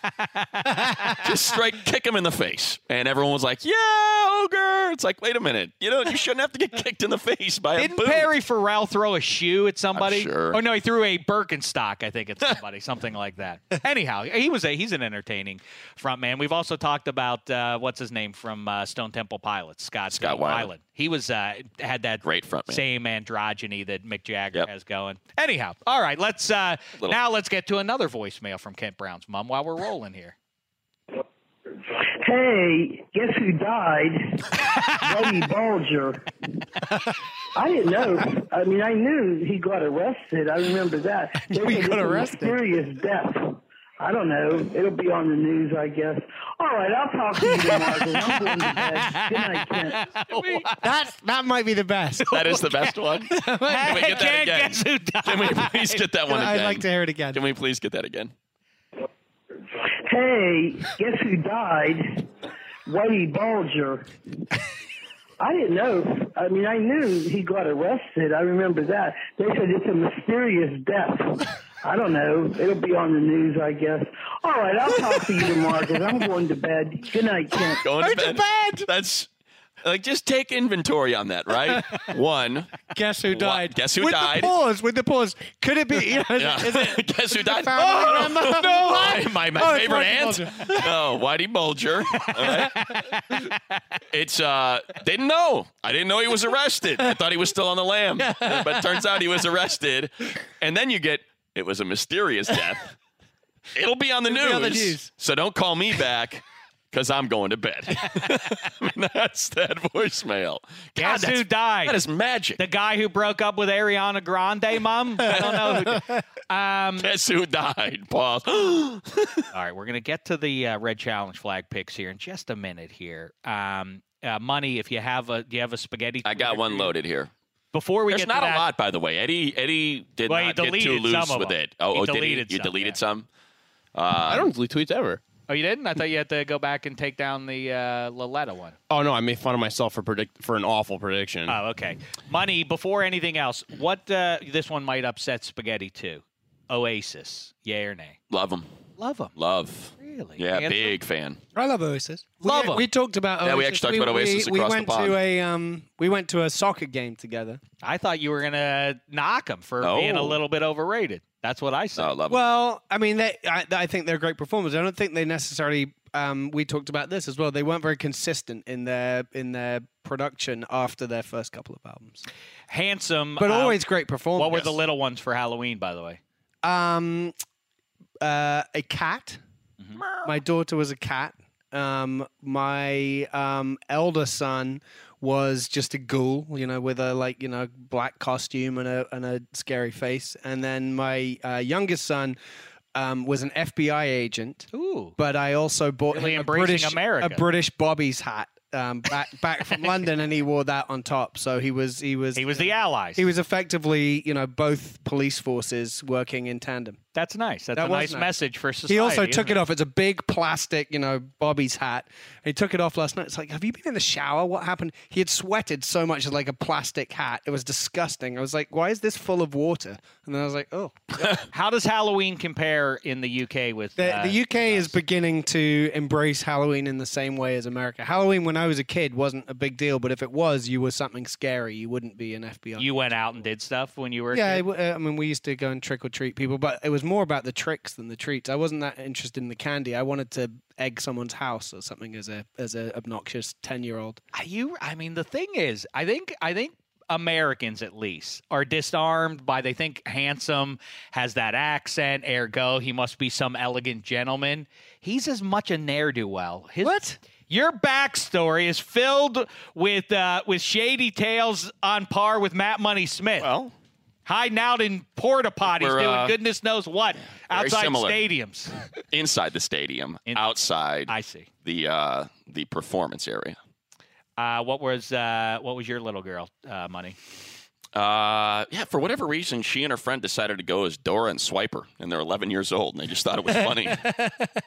S3: just straight kick him in the face, and everyone was like, "Yeah, Ogre." It's like, wait a minute, you know, you shouldn't have to get kicked in the face by a
S1: Didn't
S3: boot.
S1: Perry Farrell throw a shoe at somebody?
S3: sure.
S1: Oh no, he threw a Birkenstock, I think, at somebody, something like that. Anyhow, he was a he's an entertaining front man. We've also talked about uh, what's his name from uh, Stone Temple Pilots, Scott
S3: Scott
S1: Weiland.
S3: Weiland.
S1: He was uh, had that
S3: Great front man.
S1: same androgyny that Mick Jagger
S3: Yep.
S1: has going. Anyhow, all right, let's uh,
S3: Little-
S1: now let's get to another voicemail from Kent Brown's mom while we're rolling here.
S7: Hey, guess who died? Buddy Bulger. I didn't know. I mean, I knew he got arrested. I remember that. I
S4: he got arrested.
S7: Serious death. I don't know. It'll be on the news, I guess. All right, I'll talk to you tomorrow. 'cause I'm going to bed. Good night, Kent.
S4: That's that might be the best.
S3: That is the best one. Can we
S1: Hey,
S3: get that
S1: Kent,
S3: again?
S1: guess who died?
S3: Can we please get that one again?
S4: I'd like to hear it again.
S3: Can we please get that again?
S7: Hey, guess who died? Buddy Bulger. I didn't know. I mean, I knew he got arrested. I remember that. They said it's a mysterious death. I don't know. It'll be on the news, I guess. All right, I'll talk to you tomorrow because I'm going to bed. Good night, Kent.
S3: Going to bed. That's like just take inventory on that, right? One.
S4: Guess who died?
S3: Guess who
S4: with
S3: died?
S4: The pause. With the pause. Could it be? You know, is,
S3: Yeah.
S4: is it?
S3: Guess
S4: is
S3: who
S4: it
S3: died?
S4: family
S3: Oh,
S4: member?
S3: no, my, my, my
S4: Oh, it's
S3: favorite
S4: Whitey
S3: aunt.
S4: Bulger.
S3: oh, Whitey Bulger. All right. It's uh, didn't know. I didn't know he was arrested. I thought he was still on the lam, but it turns out he was arrested. And then you get it was a mysterious death. It'll be on the, news,
S4: be on the news.
S3: So don't call me back. Cause I'm going to bed. I mean, that's that voicemail. God,
S1: Guess who
S3: that's,
S1: died?
S3: that is magic.
S1: the guy who broke up with Ariana Grande, mom. I don't know. who-
S3: Guess who died, Paul?
S1: All right, we're gonna get to the uh, red challenge flag picks here in just a minute. Here, um, uh, money. If you have a, do you have a spaghetti?
S3: I got one loaded here.
S1: Before we
S3: There's
S1: get to
S3: not
S1: that-
S3: a lot, by the way. Eddie Eddie did
S1: Well, he
S3: not get too
S1: deleted
S3: loose
S1: some of
S3: with
S1: them.
S3: it. Oh,
S1: He
S3: oh did he?
S1: deleted
S3: You
S1: some,
S3: deleted
S1: yeah.
S3: some.
S5: I don't delete tweets ever.
S1: Oh, you didn't? I thought you had to go back and take down the uh, Laletta one.
S5: Oh no, I made fun of myself for predict for an awful prediction.
S3: Mm.
S1: Oh, okay. Money. Before anything else, what uh, this one might upset Spaghetti too. Oasis, yay or nay?
S3: Uh, Love him.
S1: Love them.
S3: Love.
S1: Really?
S3: Yeah,
S1: Handsome?
S3: big fan.
S4: I love Oasis.
S1: Love
S4: we,
S1: 'em.
S4: We talked about Oasis.
S3: Yeah, we actually talked about Oasis
S4: we, we
S3: across the
S4: went
S3: pond.
S4: To a, um, we went to a soccer game together.
S1: I thought you were gonna knock them for
S3: No.
S1: being a little bit overrated. That's what I said.
S3: Oh, love him.
S4: Well, I mean, they, I, I think they're great performers. I don't think they necessarily. Um, we talked about this as well. They weren't very consistent in their in their production after their first couple of albums,
S1: Handsome,
S4: but
S1: uh,
S4: always great performers.
S1: What were the little ones for Halloween, by the way?
S4: Um, uh, a cat.
S1: Mm-hmm.
S4: My daughter was a cat. Um, my um, elder son was just a ghoul, you know, with a like you know black costume and a and a scary face. And then my uh, youngest son um, was an FBI agent.
S1: Ooh.
S4: But I also bought
S1: Really
S4: him a
S1: embracing
S4: British
S1: America.
S4: a British Bobby's hat um, back back from London, and he wore that on top. So he was he was
S1: He was the allies.
S4: he was effectively you know both police forces working in tandem.
S1: That's nice. That's
S4: That
S1: a
S4: was
S1: nice
S4: nice.
S1: message for society.
S4: He also
S1: isn't
S4: took it off. It's a big plastic, you know, Bobby's hat. He took it off last night. It's like, have you been in the shower? What happened? He had sweated so much as like a plastic hat. It was disgusting. I was like, why is this full of water? And then I was like, oh.
S1: How does Halloween compare in the UK with
S4: The,
S1: uh,
S4: the UK is beginning to embrace Halloween in the same way as America. Halloween, when I was a kid, wasn't a big deal, but if it was, you were something scary. You wouldn't be an FBI.
S1: You went out and did stuff when you were. a
S4: Yeah, I
S1: kid?
S4: w- uh, I mean, we used to go and trick or treat people, but it was more about the tricks than the treats. I wasn't that interested in the candy. I wanted to egg someone's house or something as a as a obnoxious ten year old.
S1: Are you. I mean, the thing is, I think. I think. Americans, at least, are disarmed by they think handsome has that accent. Ergo, he must be some elegant gentleman. He's as much a ne'er do well. What? Your backstory is filled with uh, with shady tales on par with Matt Money Smith.
S3: Well,
S1: hiding out in porta potties,
S3: We're,
S1: doing
S3: uh,
S1: goodness knows what outside
S3: similar.
S1: stadiums.
S3: inside the stadium,
S1: In-
S3: outside
S1: I see.
S3: the uh, the performance area.
S1: Uh, what was uh, what was your little girl uh, money?
S3: Uh, yeah, for whatever reason, she and her friend decided to go as Dora and Swiper, and they're 11 years old, and they just thought it was funny.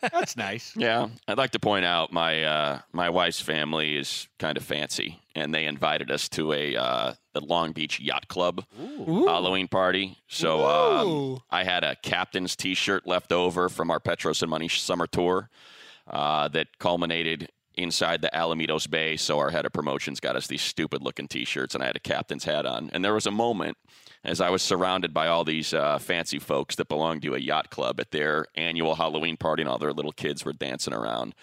S1: That's nice.
S3: Yeah, I'd like to point out my uh, my wife's family is kind of fancy, and they invited us to a uh, the Long Beach Yacht Club Halloween party. So um,
S4: Ooh.
S3: I had a captain's T-shirt left over from our Petros and Money summer tour uh, that culminated inside the Alamitos Bay. So our head of promotions got us these stupid looking T-shirts, and I had a captain's hat on. And there was a moment as I was surrounded by all these uh, fancy folks that belonged to a yacht club at their annual Halloween party, and all their little kids were dancing around.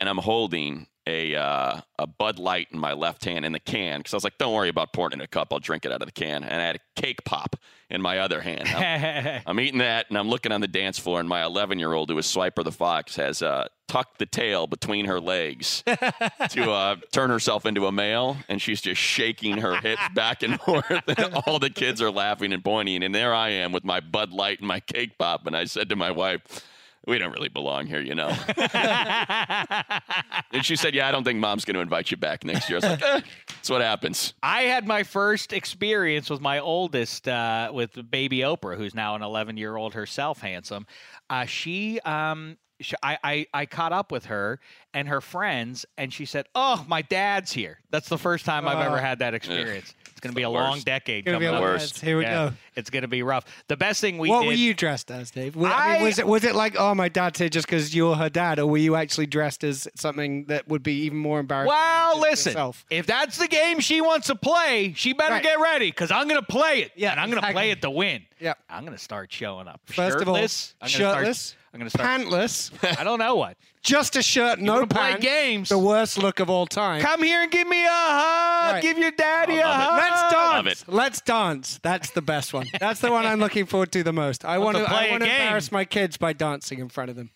S3: And I'm holding a uh, a Bud Light in my left hand in the can because I was like, "Don't worry about pouring it in a cup. I'll drink it out of the can." And I had a cake pop in my other hand. I'm-
S5: Uh,
S3: I'm eating that, and I'm looking on the dance floor, and my 11 year old, who is Swiper the Fox, has uh, tucked the tail between her legs to uh, turn herself into a male, and she's just shaking her hips back and forth. And all the kids are laughing and pointing, and there I am with my Bud Light and my cake pop. And I said to my wife, "We don't really belong here, you know." and she said, "Yeah, I don't think Mom's going to invite you back next year." I was like, eh, "That's what happens."
S1: I had my first experience with my oldest, uh, with baby Oprah, who's now an 11 year old herself, handsome. Uh, she um, she, I, I I caught up with her and her friends, and she said, "Oh, my dad's here." That's the first time I've ever
S4: Oh.
S1: had that experience. It's going to be
S3: the
S1: a long
S3: worst.
S1: decade
S4: Gonna be
S1: coming
S4: a
S1: up.
S4: lot-
S3: Worst.
S4: Here we
S1: Yeah,
S4: go.
S1: It's going to be rough. The best thing we
S4: what
S1: did.
S4: were you dressed as, Dave? Were- I mean,
S1: I-
S4: was it was it like, oh, my dad's here just because you're her dad, or were you actually dressed as something that would be even more embarrassing?
S1: well,
S4: than just
S1: listen.
S4: yourself?
S1: If that's the game she wants to play, she better
S4: Right.
S1: get ready because I'm going to play it.
S4: Yeah,
S1: and I'm going to play
S4: exactly.
S1: it to win.
S4: Yep.
S1: I'm going to start showing up.
S4: First of all,
S1: shirtless. I'm gonna start-
S4: shirtless,
S1: I'm going to start.
S4: pantless,
S1: I don't know what.
S4: just a shirt,
S1: I'm
S4: no
S1: going to play
S4: pants.
S1: games.
S4: The worst look of all time.
S1: Come here and give me a hug.
S4: Right.
S1: Give your daddy a
S3: I love
S1: hug.
S3: it.
S4: Let's
S3: Love
S4: dance. Let's dance. That's the best one. That's the one I'm looking forward to the most. I want
S1: to
S4: to.
S1: play
S4: I
S1: a
S4: want to
S1: game.
S4: embarrass my kids by dancing in front of them.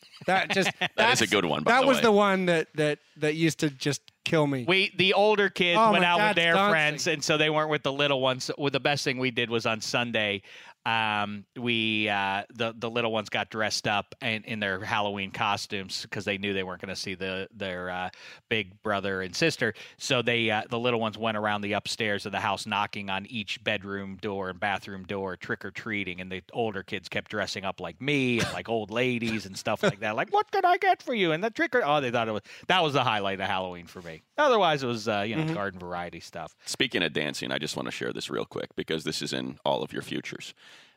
S4: That just
S3: That
S4: that's-
S3: is a good one, by
S4: That
S3: the
S4: was
S3: way.
S4: the one that that that used to just kill me.
S1: We the older kids
S4: Oh,
S1: went
S4: my
S1: out with
S4: dad's
S1: their
S4: dancing.
S1: friends, and so they weren't with the little ones. Well, the best thing we did was on Sunday, um, we uh, the the little ones got dressed up and in their Halloween costumes because they knew they weren't going to see the their uh, big brother and sister. So they uh, the little ones went around the upstairs of the house, knocking on each bedroom door and bathroom door, trick or treating, and the older kids kept dressing up like me and like old ladies and stuff like that. Like, what could I get for you? And the trick or oh, they thought it was that was the highlight of Halloween for me. Otherwise, it was uh, you know garden variety stuff.
S3: Speaking of dancing, I just want to share this real quick because this is in all of your futures.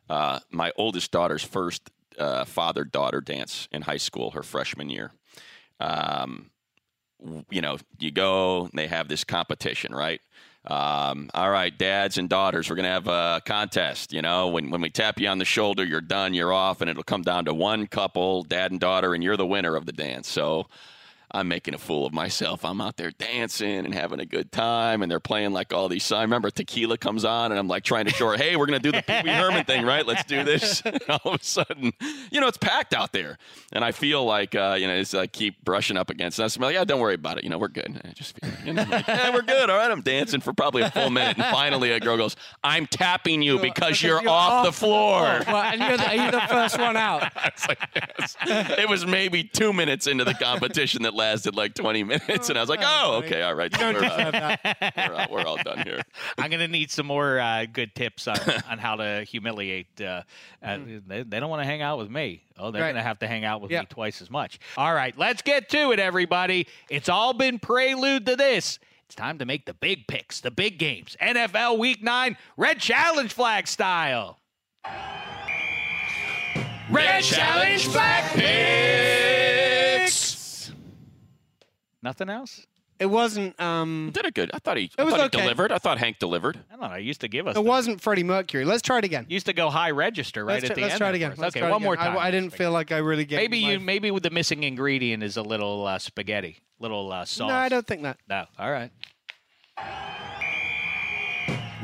S3: Uh, my oldest daughter's first uh, father daughter dance in high school, her freshman year. Um, w- you know, you go, and they have this competition, right? Um, all right, dads and daughters, we're going to have a contest. You know, when, when we tap you on the shoulder, you're done, you're off, and it'll come down to one couple, dad and daughter, and you're the winner of the dance. So, I'm making a fool of myself. I'm out there dancing and having a good time, and they're playing like all these. I remember tequila comes on, and I'm like trying to shore. Hey, we're gonna do the Pee Wee Herman thing, right? Let's do this. And all of a sudden, you know, it's packed out there, and I feel like uh, you know, it's like keep brushing up against us. I'm like, yeah, don't worry about it. You know, we're good. And I just feel, you know, like, yeah, we're good. All right, I'm dancing for probably a full minute, and finally, a girl goes, "I'm tapping you because you're, off, the floor."
S4: Well, and you're the, you're the first one out.
S3: It's like, yes. it was maybe two minutes into the competition that lasted like 20 minutes. And I was like, oh, okay, all right. We're, uh, we're, all, we're all done here.
S1: I'm gonna need some more uh, good tips on, on how to humiliate. Uh, uh, they, they don't want to hang out with me. Oh, they're
S4: Mm-hmm. Right.
S1: gonna have to hang out with
S4: Yeah.
S1: me twice as much. All right, let's get to it, everybody. It's all been prelude to this. It's time to make the big picks, the big games. NFL Week Nine, red challenge flag style. Red challenge flag picks. Nothing else.
S4: It wasn't. Um,
S3: Did it good. I thought he, I
S4: It was
S3: thought
S4: okay.
S3: he delivered. I thought Hank delivered.
S1: I don't know. It used to give us.
S4: it wasn't Freddie Mercury. Let's try it again.
S1: used to go high register right
S4: let's
S1: at
S4: try,
S1: the
S4: let's
S1: end.
S4: try it
S1: there
S4: again.
S1: for us.
S4: Let's
S1: okay,
S4: try it
S1: one more
S4: again.
S1: time.
S4: I, I didn't feel like I really gave.
S1: Maybe
S4: my-
S1: you. Maybe with the missing ingredient is a little uh, spaghetti, little uh, sauce.
S4: No, I don't think that.
S1: No. All right.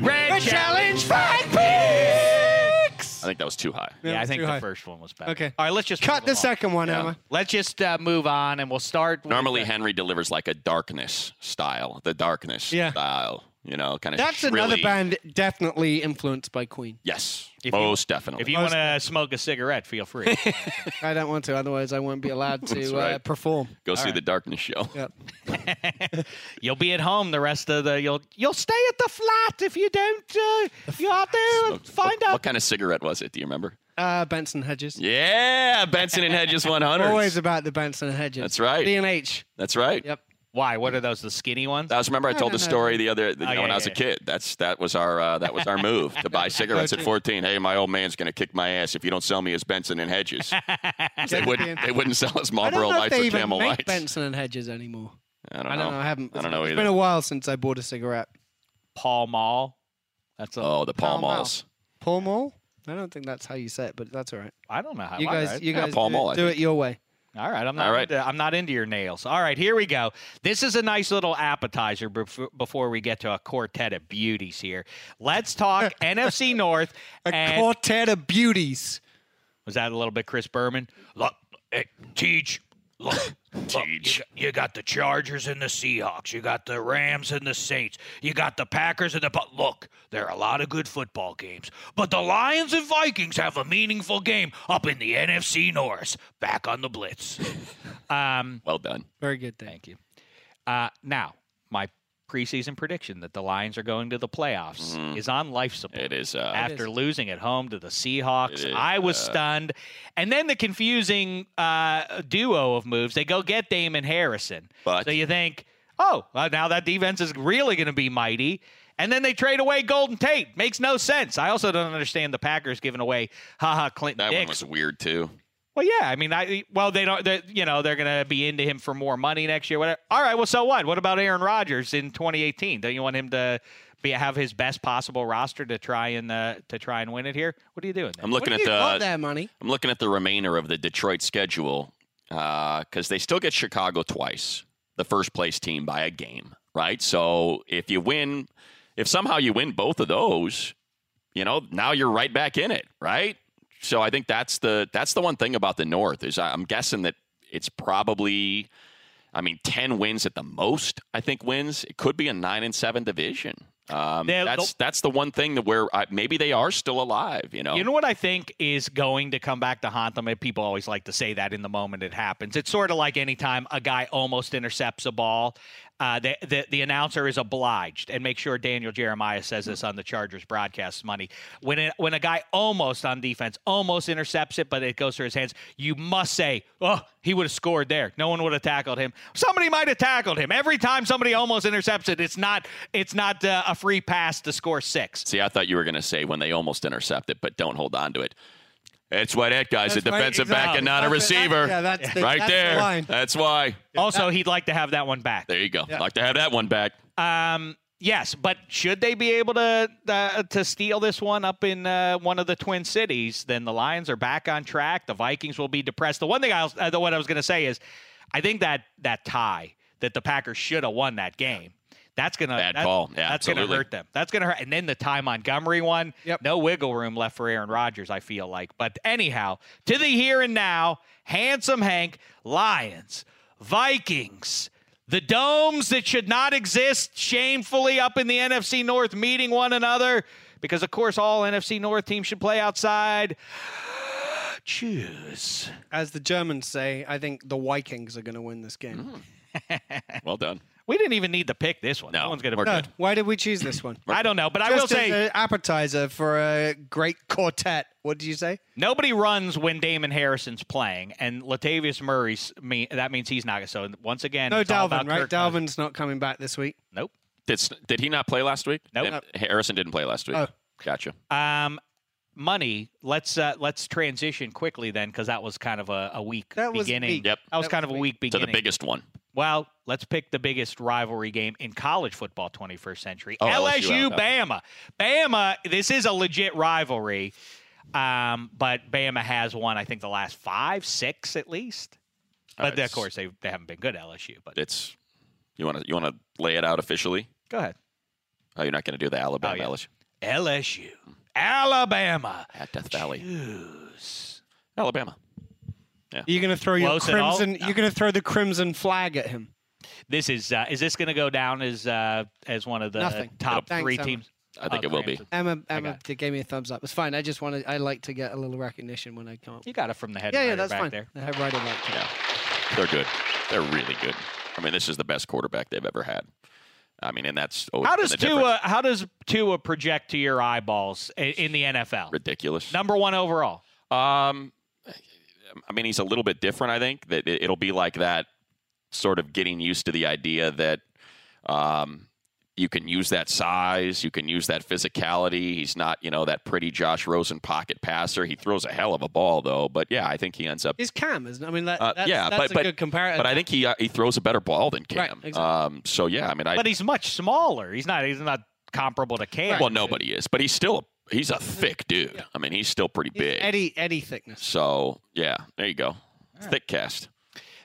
S4: Red challenge fight
S3: I think that was too high.
S1: Yeah, I
S4: it's
S1: think
S4: too
S1: the
S4: high.
S1: first one was better.
S4: Okay.
S1: All right. Let's just move
S4: Cut the
S1: along.
S4: second one,
S3: Yeah.
S4: Emma.
S1: Let's just uh, move on, and we'll start. with-
S3: Normally, Henry delivers like a darkness style, the darkness
S4: Yeah.
S3: style, you know, kind of
S4: That's another band definitely influenced by Queen.
S3: Yes,
S1: If you-
S3: most definitely.
S1: If you want to smoke a cigarette, feel free.
S4: I don't want to, otherwise I won't be allowed
S3: That's
S4: to uh,
S3: right.
S4: perform.
S3: Go see the darkness show.
S4: Yep.
S1: you'll be at home the rest of the. You'll you'll stay at the flat if you don't. Uh, you have to
S3: What-
S1: find
S3: what,
S1: out.
S3: What kind of cigarette was it? Do you remember?
S4: Uh, Benson Hedges.
S3: Yeah, Benson and Hedges 100.
S4: Always about the Benson Hedges.
S3: That's right.
S4: D and H.
S3: That's right.
S4: Yep.
S1: Why? What are those? The skinny ones?
S3: I was remember I told the story the other you know,
S1: Oh, yeah,
S3: when I was
S1: yeah.
S3: a kid. That's that was our uh, that was our move to buy cigarettes at 14. Hey, my old man's gonna kick my ass if you don't sell me his Benson and Hedges. they wouldn't they wouldn't sell us
S4: I
S3: Marlboro
S4: don't know if
S3: Lights
S4: they
S3: or
S4: even
S3: Camel
S4: make
S3: Lights.
S4: Benson and Hedges anymore.
S3: I don't know.
S4: I don't know. I haven't.
S3: I don't know
S4: It's
S3: either.
S4: been a while since I bought a cigarette.
S1: Paul Mall. That's a.
S3: oh, the Pall
S4: Pall Mall.
S3: Malls.
S4: Pall Mall. I don't think that's how you say it, but that's all right.
S1: I don't know how.
S4: You
S1: all
S4: guys,
S1: right.
S4: you
S3: Yeah,
S4: guys
S3: Pall
S4: do,
S3: Mall, I
S4: do it your way.
S1: All right, I'm not.
S3: All right.
S1: Into, I'm not into your nails. All right, here we go. This is a nice little appetizer before, before we get to a quartet of beauties here. Let's talk NFC North.
S4: A
S1: and,
S4: quartet of beauties.
S1: was that a little bit Chris Berman? Look, eh, teach. Look, look, you, got, you got the Chargers and the Seahawks. You got the Rams and the Saints. You got the Packers and the. But look, there are a lot of good football games. But the Lions and Vikings have a meaningful game up in the NFC North. Back on the Blitz. um.
S3: Well done.
S4: Very good thing.
S1: Thank you. Uh, now, my preseason prediction that the Lions are going to the playoffs
S3: Mhm.
S1: is on life support.
S3: It is. Uh,
S1: after losing at home to the Seahawks.
S3: It is,
S1: I was
S3: uh,
S1: stunned. And then the confusing uh, duo of moves. They go get Damon Harrison.
S3: But-
S1: so you think, oh, well, now that defense is really going to be mighty. And then they trade away Golden Tate. Makes no sense. I also don't understand the Packers giving away haha Clinton
S3: that one
S1: Dix.
S3: was weird too.
S1: well, yeah, I mean, I well they don't. They, you know, they're going to be into him for more money next year. Whatever. All right. Well, so what? What about Aaron Rodgers in 2018? Don't you want him to? Be, have his best possible roster to try and uh, to try and win it here. What are you doing? There?
S3: I'm looking
S4: what
S3: at
S4: do you want
S3: the
S4: there, money?
S3: I'm looking at the remainder of the Detroit schedule because they still get Chicago twice, the first place team by a game, right? So if you win, if somehow you win both of those, you know now you're right back in it, right? So I think that's the that's the one thing about the North is I- I'm guessing that it's probably, I mean, ten wins at the most. I think wins it could be a nine and seven division. Um,
S1: Now,
S3: that's that's the one thing that where I, maybe they are still alive. You know,
S1: You know what I think is going to come back to haunt them? And people always like to say that in the moment it happens. It's sort of like any time a guy almost intercepts a ball, uh, the, the, the announcer is obliged, and make sure Daniel Jeremiah says this on the Chargers broadcast money. When, it, when a guy almost on defense almost intercepts it, but it goes through his hands, you must say, oh, he would have scored there. No one would have tackled him. Somebody might have tackled him. Every time somebody almost intercepts it, it's not, it's not uh, a free pass to score six.
S3: See, I thought you were going to say when they almost intercept it, but don't hold on to it. That's why that guy's a
S4: That's why-
S3: defensive back and not a
S4: That's- that's-
S3: receiver.
S4: yeah, that's the-
S3: right
S4: that's the
S3: there.
S4: line.
S3: That's why.
S1: Also, he'd like to have that one back.
S3: There you go. Like to have that one back.
S1: Um, yes, but should they be able to uh, to steal this one up in uh, one of the Twin Cities? Then the Lions are back on track. The Vikings will be depressed. The one thing I was, uh, the what I was going to say is, I think that that tie that the Packers should have won that game. That's gonna
S3: Bad
S1: that-
S3: call. Yeah,
S1: that's gonna
S3: absolutely.
S1: hurt them. That's gonna hurt. And then the Ty Montgomery one.
S4: Yep.
S1: No wiggle room left for Aaron Rodgers. I feel like. But anyhow, to the here and now, handsome Hank, Lions, Vikings, the domes that should not exist, shamefully up in the NFC North, meeting one another. Because of course, all NFC North teams should play outside. Choose.
S4: As the Germans say, I think the Vikings are going to win this game.
S3: Mm. Well done.
S1: We didn't even need to pick this one.
S3: No,
S1: that one's gonna.
S3: we're
S4: No,
S3: good.
S4: why did we choose this one?
S1: I don't know, but I
S4: Just
S1: will say
S4: as an uh, appetizer for a great quartet. What did you say?
S1: Nobody runs when Damon Harrison's playing, and Latavius Murray's mean that means he's not. So once again,
S4: No,
S1: it's all
S4: Dalvin,
S1: about
S4: right?
S1: Kirk Cousins.
S4: Dalvin's not coming back this week.
S1: Nope.
S3: Did, Sn- did he not play last week?
S1: Nope.
S3: Uh, Harrison didn't play last week.
S4: Oh.
S3: Gotcha.
S1: Um, money. Let's uh, let's transition quickly then, because that was kind of a, a weak
S4: That was
S1: beginning.
S4: weak.
S3: Yep.
S1: That was
S4: That
S1: kind
S4: was
S1: of a
S4: weak.
S1: weak
S3: So
S1: beginning.
S3: the biggest one.
S1: well, let's pick the biggest rivalry game in college football, 21st century.
S3: Oh,
S1: LSU,
S3: LSU, okay.
S1: Bama. Bama. This is a legit rivalry, um, but Bama has won. I think the last five, six at least. But
S3: It's-
S1: of course, they they haven't been good at LSU. But
S3: It's you want to you want to lay it out officially.
S1: go ahead.
S3: Oh, you're not going to do the Alabama
S1: yeah.
S3: LSU
S1: LSU, Alabama,
S3: at Death Valley,
S1: Choose.
S3: Alabama.
S4: Are you going to throw your
S1: Close at all?
S4: crimson? You're going to throw the crimson flag at him.
S1: This is uh, is this going to go down as uh, as one of the
S4: Nothing.
S1: top
S4: Thanks,
S1: three
S4: Emma.
S1: teams?
S3: I think
S1: Oh,
S3: it will be.
S1: Clemson.
S4: Emma,
S1: I
S4: Emma
S1: got
S4: d- gave me a thumbs up. It's fine. I just wanted. I like to get a little recognition when I come up.
S1: You got it from the head.
S4: yeah, yeah,
S1: writer
S4: that's
S1: back
S4: fine.
S1: There.
S4: I write it like that.
S3: Yeah, they're good. They're really good. I mean, this is the best quarterback they've ever had. I mean, and that's oh,
S1: How
S3: and
S1: does
S3: the difference-
S1: Tua how does Tua project to your eyeballs i- in the NFL?
S3: ridiculous?
S1: Number one overall.
S3: Um, I mean, he's a little bit different. I think that it- it'll be like that, sort of getting used to the idea that um, you can use that size, you can use that physicality. He's not, you know, that pretty Josh Rosen pocket passer. He throws a hell of a ball, though. But yeah, I think he ends up.
S4: Is Cam? Isn't I mean, that,
S3: Uh,
S4: that's,
S3: yeah,
S4: that's
S3: but-
S4: a
S3: but-
S4: good comparison.
S3: But I think he uh, he throws a better ball than Cam.
S4: Right, exactly.
S3: Um, so yeah, I mean, I
S1: But he's much smaller. He's not he's not comparable to Cam.
S3: well nobody is, but he's still a, he's a thick dude. I mean, he's still pretty
S4: He's
S3: big.
S4: Eddie Eddie thickness.
S3: So yeah, there you go. Thick cast.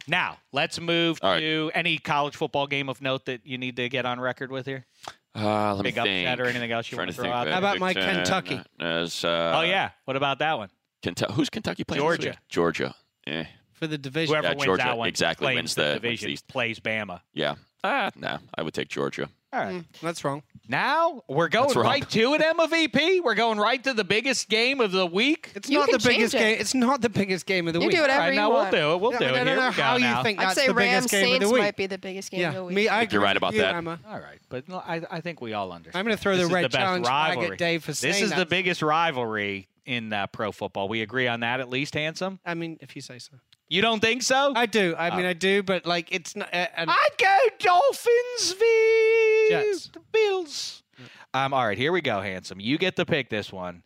S1: Now let's move
S3: All right.
S1: to any college football game of note that you need to get on record with here.
S3: Uh, let
S1: Big
S3: me
S1: upset
S3: think.
S1: or anything else you
S3: Trying
S1: wanna
S3: to
S1: throw
S3: think
S1: out
S3: back.
S1: there?
S4: How about my
S3: Big Ten,
S4: Kentucky?
S3: is, uh,
S1: oh yeah. What about that one?
S3: Kentu- who's Kentucky playing? this
S1: Georgia.
S3: week? Georgia. Eh,
S4: for the division.
S1: Whoever
S3: Yeah,
S1: wins
S3: Georgia
S1: that one
S3: exactly
S1: plays
S3: wins the- wins
S1: division
S3: the East.
S1: plays Bama.
S3: yeah. Ah, nah. I would take Georgia.
S1: All right.
S4: Mm, That's wrong.
S1: Now we're going
S3: wrong.
S1: right to an MVP. We're going right to the biggest game of the week.
S4: It's
S6: You
S4: not the
S6: can change
S4: biggest
S6: it.
S4: game. It's not the biggest game of the
S6: You
S4: week.
S6: do whatever
S1: All right,
S6: you
S1: now we'll
S6: want.
S1: do it. We'll
S4: Yeah,
S1: do
S4: I
S1: it.
S4: don't
S1: Here
S4: know
S1: we go
S4: how
S1: now.
S4: you think
S6: I'd
S4: that's
S6: say
S4: the biggest
S6: Rams
S4: game of
S6: Saints
S4: the week.
S6: might be the biggest game
S4: yeah,
S6: of the week.
S4: me. I
S3: think you're
S4: agree
S3: right
S4: with
S3: about
S4: you,
S3: that.
S4: Emma.
S1: All right, but no, I, I think we all understand.
S4: I'm going to throw
S1: This
S4: the
S1: is
S4: red
S1: best
S4: challenge flag at Dave for saying
S1: This is the
S4: that.
S1: biggest rivalry in uh, pro football. We agree on that, at least, handsome.
S4: I mean, if you say so.
S1: You don't think so?
S4: I do. I mean, I do, but like, it's not. Uh, and
S1: I'd go Dolphins v
S4: Jets.
S1: the Bills. Um, all right, here we go, handsome. You get to pick this one.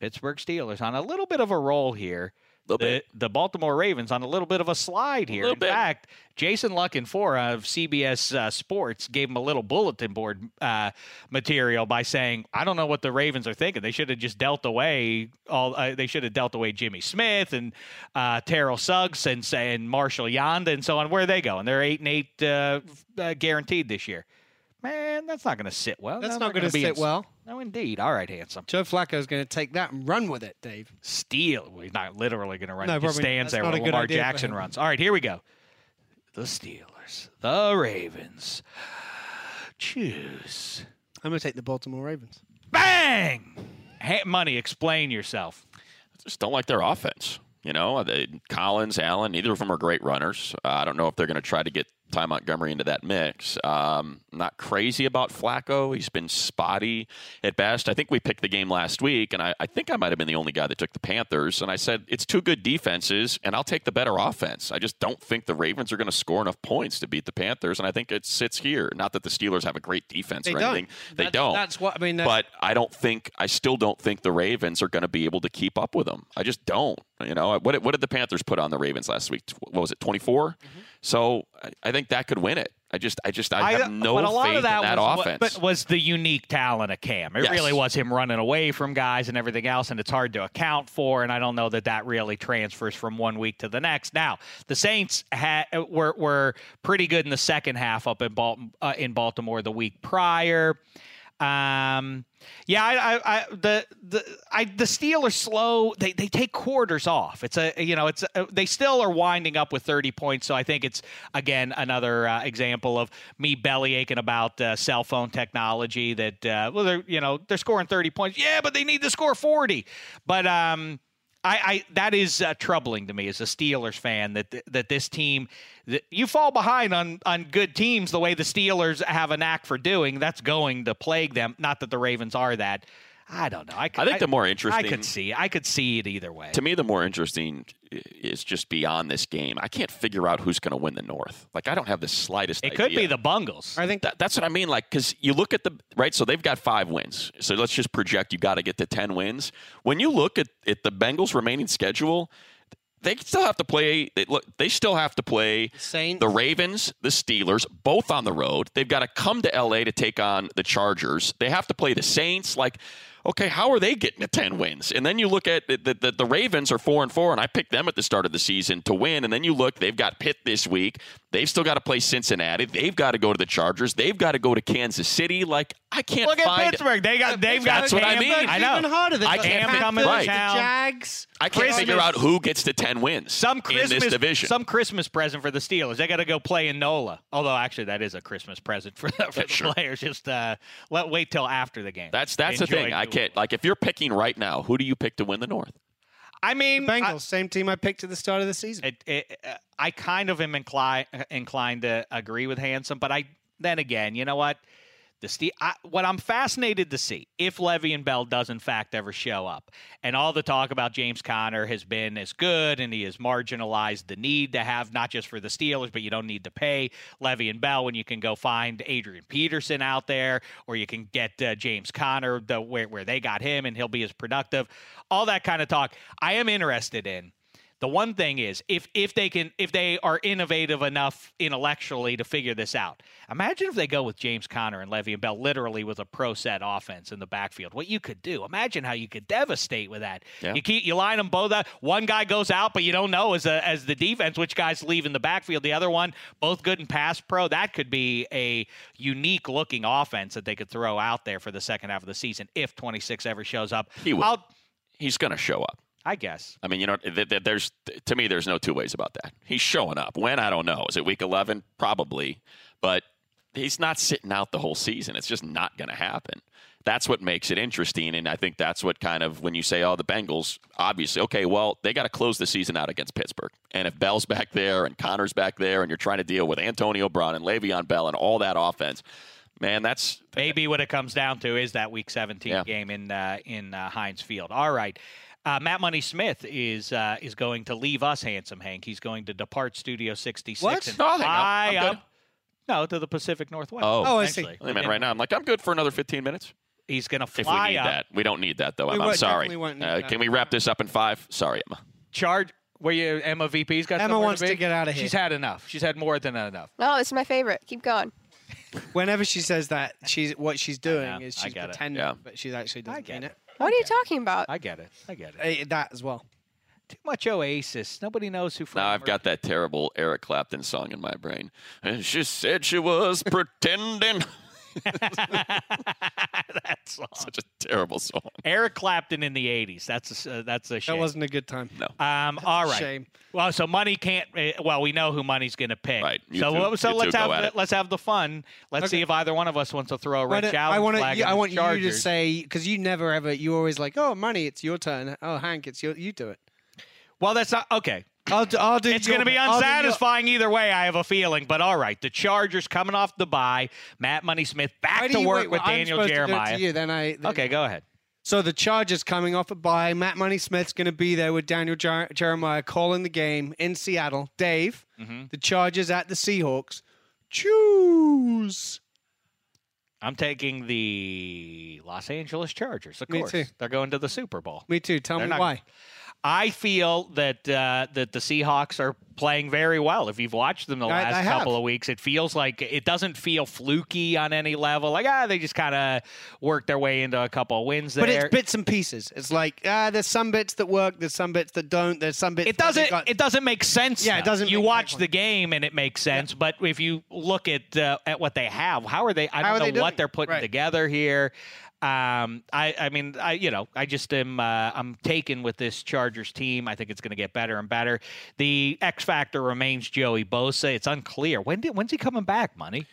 S1: Pittsburgh Steelers on a little bit of a roll here.
S3: Little
S1: The,
S3: bit.
S1: the Baltimore Ravens on a little bit of a slide here.
S3: little
S1: In
S3: bit.
S1: fact, Jason Luck and four of CBS uh, Sports gave him a little bulletin board uh, material by saying, "I don't know what the Ravens are thinking. They should have just dealt away all. Uh, they should have dealt away Jimmy Smith and uh, Terrell Suggs and and Marshall Yanda and so on. Where are they going? They're eight and eight uh, f- uh, guaranteed this year. Man, that's not going to sit well.
S4: that's
S1: No,
S4: not
S1: they're
S4: going to
S1: gonna be
S4: sit
S1: in-
S4: well.
S1: No, indeed. All right, handsome.
S4: Joe Flacco's going to take that and run with it, Dave.
S1: Steal. Well, he's not literally going to run.
S4: No,
S1: No, he just
S4: probably not.
S1: stands
S4: That's
S1: there
S4: not
S1: while
S4: a good
S1: Lamar
S4: idea for
S1: Jackson
S4: him.
S1: runs. All right, here we go. The Steelers, the Ravens. Choose.
S4: I'm going to take the Baltimore Ravens.
S1: Bang! Ha- money, explain yourself.
S3: just don't like their offense. You know, they, Collins, Allen, neither of them are great runners. Uh, I don't know if they're going to try to get Ty Montgomery into that mix. Um, not crazy about Flacco. He's been spotty at best. I think we picked the game last week, and I, I think I might have been the only guy that took the Panthers. And I said, it's two good defenses, and I'll take the better offense. I just don't think the Ravens are going to score enough points to beat the Panthers, and I think it sits here. Not that the Steelers have a great defense
S4: They
S3: or
S4: don't.
S3: anything. They
S4: That's-
S3: don't
S4: That's what I mean. That's,
S3: but I don't think I still don't think the Ravens are going to be able to keep up with them. I just don't. You know what? did- What did the Panthers put on the Ravens last week? Tw- What was it? Twenty
S1: Mm-hmm.
S3: So I, I think that could win it. I just, I just, I, have no
S1: but a lot
S3: faith
S1: of that
S3: in that
S1: was,
S3: offense.
S1: But was the unique talent of Cam. It
S3: Yes.
S1: really was him running away from guys and everything else, and it's hard to account for. And I don't know that that really transfers from one week to the next. Now the Saints ha- were were pretty good in the second half up in Bal- uh, in Baltimore the week prior. Um, yeah, I, I, I, the, the, I, the Steelers slow. They, they take quarters off. It's a, you know, it's a, they still are winding up with 30 points. So I think it's again another uh, example of me belly aching about uh, cell phone technology. That uh, well, they're you know they're scoring 30 points. Yeah, but they need to score 40. But um, I, I that is uh, troubling to me as a Steelers fan that th- that this team that you fall behind on on good teams the way the Steelers have a knack for doing that's going to plague them. Not that the Ravens are that. I don't know. I, could-
S3: I think the more
S1: I
S3: interesting
S1: could see I could see it either way.
S3: to me the more interesting i- is just beyond this game. I can't figure out who's going to win the North. Like I don't have the slightest.
S1: it could
S3: idea.
S1: be the Bungles.
S4: I think
S3: That, that's what I mean. Like, because you look at the right, so they've got five wins. So let's just project you got to get to 10 wins. When you look at, at the Bengals' remaining schedule, they still have to play. They, look, they still have to play
S4: Saints.
S3: the Ravens, the Steelers, both on the road. They've got to come to LA to take on the Chargers. They have to play the Saints. Like, okay, how are they getting to 10 wins? And then you look at the, the, the, the Ravens are 4 and 4, and I picked them at the start of the season to win. And then you look, they've got Pitt this week. They've still got to play Cincinnati. They've got to go to the Chargers. They've got to go to Kansas City. Like, I can't
S1: Look
S3: find
S1: at Pittsburgh. They got they've got
S3: That's what I
S1: Cam.
S3: mean.
S1: I
S4: Even
S1: know.
S4: harder than
S3: I
S4: the
S3: can't
S4: Panthers,
S3: come in
S4: the
S3: right.
S4: Jags.
S3: I can't figure
S4: Christmas.
S3: out who gets to 10 wins
S1: some Christmas,
S3: in this division.
S1: Some Christmas present for the Steelers. They got to go play in NOLA. Although actually, that is a Christmas present for the, for
S3: Yeah,
S1: the
S3: sure.
S1: players. Just uh, let wait till after the game.
S3: that's that's the
S1: Enjoy
S3: thing. I
S1: Nola.
S3: can't like if you're picking right now, who do you pick to win the North?
S1: I mean,
S4: Bengals, same team I picked at the start of the season.
S1: I, it, it, uh, I kind of am inclined inclined to agree with Handsome, but I then again, you know what? The Ste- I, what I'm fascinated to see if Levy and Bell does in fact ever show up, and all the talk about James Conner has been as good, and he has marginalized the need to have not just for the Steelers, but you don't need to pay Levy and Bell when you can go find Adrian Peterson out there, or you can get uh, James Conner the, where where they got him, and he'll be as productive. All that kind of talk. I am interested in. The one thing is if if they can if they are innovative enough intellectually to figure this out. Imagine if they go with James Conner and Levy and Bell literally with a pro set offense in the backfield. What you could do. Imagine how you could devastate with that.
S3: Yeah.
S1: You keep you line them both up. One guy goes out, but you don't know as a, as the defense which guy's leaving the backfield. The other one, both good and pass pro. That could be a unique looking offense that they could throw out there for the second half of the season if 26 ever shows up.
S3: He will.
S1: I'll,
S3: He's going to show up.
S1: I guess.
S3: I mean, you know, th- th- there's to me, there's no two ways about that. He's showing up. When I don't know. Is it week eleven? Probably, but he's not sitting out the whole season. It's just not going to happen. That's what makes it interesting, and I think that's what kind of when you say, "Oh, the Bengals," obviously, okay, well, they got to close the season out against Pittsburgh, and if Bell's back there and Connor's back there, and you're trying to deal with Antonio Brown and Le'Veon Bell and all that offense, man, that's
S1: Maybe what it comes down to is that Week 17
S3: Yeah.
S1: game in uh, in uh, Heinz Field. All right. Uh, Matt Money Smith is uh, is going to leave us, handsome Hank. He's going to depart Studio 66
S4: What?
S1: and
S3: No, I think I'm-
S1: fly
S3: I'm good.
S1: up. No, to the Pacific Northwest.
S3: Oh.
S4: Oh, I see.
S1: actually.
S3: Wait a minute, right now I'm like, I'm good for another 15 minutes.
S1: He's going to
S3: If we
S1: fly
S3: need
S1: up.
S3: that, we don't need that though.
S4: We
S3: Emma. I'm
S4: won't-
S3: sorry.
S4: definitely won't need
S3: Uh,
S4: that.
S3: can we wrap this up in five? Sorry, Emma.
S1: Charge. Where you Emma VP's got
S4: Emma
S1: somewhere
S4: wants to
S1: be?
S4: get outta here.
S1: She's had enough. She's had more than enough.
S6: No, Oh, this is my favorite. Keep going.
S4: Whenever she says that, she's what she's doing
S1: know.
S4: is
S1: I
S4: she's
S1: get it.
S4: pretending,
S3: Yeah.
S4: but she actually doesn't
S1: get
S4: mean
S1: it.
S4: it.
S6: What are you talking about?
S1: I get it. I get it.
S4: Eh, That as well.
S1: Too much Oasis. Nobody knows who.
S3: Now
S1: Freddie
S3: I've got
S1: Mercury-
S3: that terrible Eric Clapton song in my brain. And she said she was pretending.
S1: that song.
S3: Such a terrible song.
S1: Eric Clapton in the '80s. That's a, uh, that's a shame.
S4: That wasn't a good time.
S1: Um, all right.
S4: Shame.
S1: Well, so money can't. eh, Well, we know who money's going to pick.
S3: Right. You
S1: so
S3: two-
S1: well, so
S3: you
S1: let's
S3: two go
S1: have
S3: at
S1: the,
S3: it.
S1: let's have the fun. Let's
S4: Okay.
S1: see if either one of us wants to throw a
S4: Why
S1: red
S4: don't-
S1: challenge
S4: I want
S1: flag.
S4: to.
S1: at
S4: I
S1: the
S4: want you to
S1: Chargers.
S4: say because you never ever. You always like, oh, money, it's your turn. Oh, Hank, it's your. You do it.
S1: Well, that's not okay.
S4: I'll do. I'll do
S1: It's
S4: your
S1: going to be
S4: bit. I'll do your-
S1: unsatisfying either way. I have a feeling, but all right. The Chargers coming off the bye. Matt Money Smith
S4: Why
S1: back
S4: do
S1: to
S4: you
S1: work
S4: wait?
S1: with
S4: Well, I'm
S1: Daniel
S4: supposed to do it to
S1: Jeremiah.
S4: you, then I.
S1: Okay, go ahead.
S4: So the Chargers coming off a bye. Matt Money Smith's going to be there with Daniel Jer- Jeremiah calling the game in Seattle. Dave, the Chargers at the Seahawks. Choose.
S1: I'm taking the Los Angeles Chargers. Of
S4: Me
S1: course,
S4: too.
S1: they're going to the Super Bowl.
S4: Me too. Tell
S1: They're
S4: me
S1: not-
S4: why.
S1: I feel that uh, that the Seahawks are playing very well. If you've watched them the
S4: I-
S1: last
S4: I have.
S1: couple of weeks, it feels like it doesn't feel fluky on any level. Like ah, they just kind of worked their way into a couple of wins there.
S4: But it's bits and pieces. It's like ah, there's some bits that work, there's some bits that don't, there's some bits.
S1: it
S4: that
S1: doesn't
S4: they've got-
S1: it doesn't make sense.
S4: Yeah, it
S1: though.
S4: doesn't
S1: You
S4: make-
S1: watch
S4: make
S1: the game and it makes sense, but if you look at uh, at what they have, how are they? I
S4: How
S1: don't
S4: are
S1: know
S4: they
S1: what
S4: doing?
S1: they're putting
S4: Right.
S1: together here. Um, I I mean I you know I just am uh, I'm taken with this Chargers team. I think it's going to get better and better. The X factor remains Joey Bosa. It's unclear when did, when's he coming back? Money.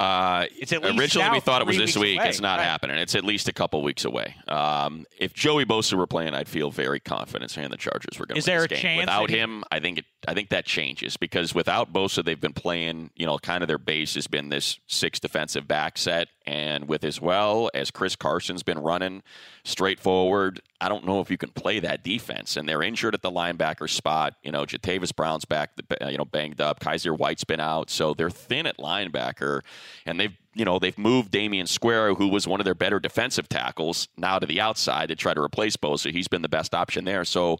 S3: Uh,
S1: It's at least
S3: originally
S1: now
S3: we thought it was
S1: three
S3: this
S1: weeks
S3: week.
S1: away.
S3: It's not
S1: Right.
S3: happening. It's at least a couple weeks away. Um, if Joey Bosa were playing, I'd feel very confident saying the Chargers were going to.
S1: Is there
S3: this
S1: a
S3: game.
S1: chance
S3: without
S1: that he-
S3: him? I think it. I think that changes because without Bosa, they've been playing. You know, kind of their base has been this six defensive back set, and with as well as Chris Carson's been running straight forward. I don't know if you can play that defense, and they're injured at the linebacker spot. You know, Jatavis Brown's back, uh, you know, banged up. Kaiser White's been out, so they're thin at linebacker, and they've you know they've moved Damian Square, who was one of their better defensive tackles, now to the outside to try to replace Bosa. He's been the best option there. So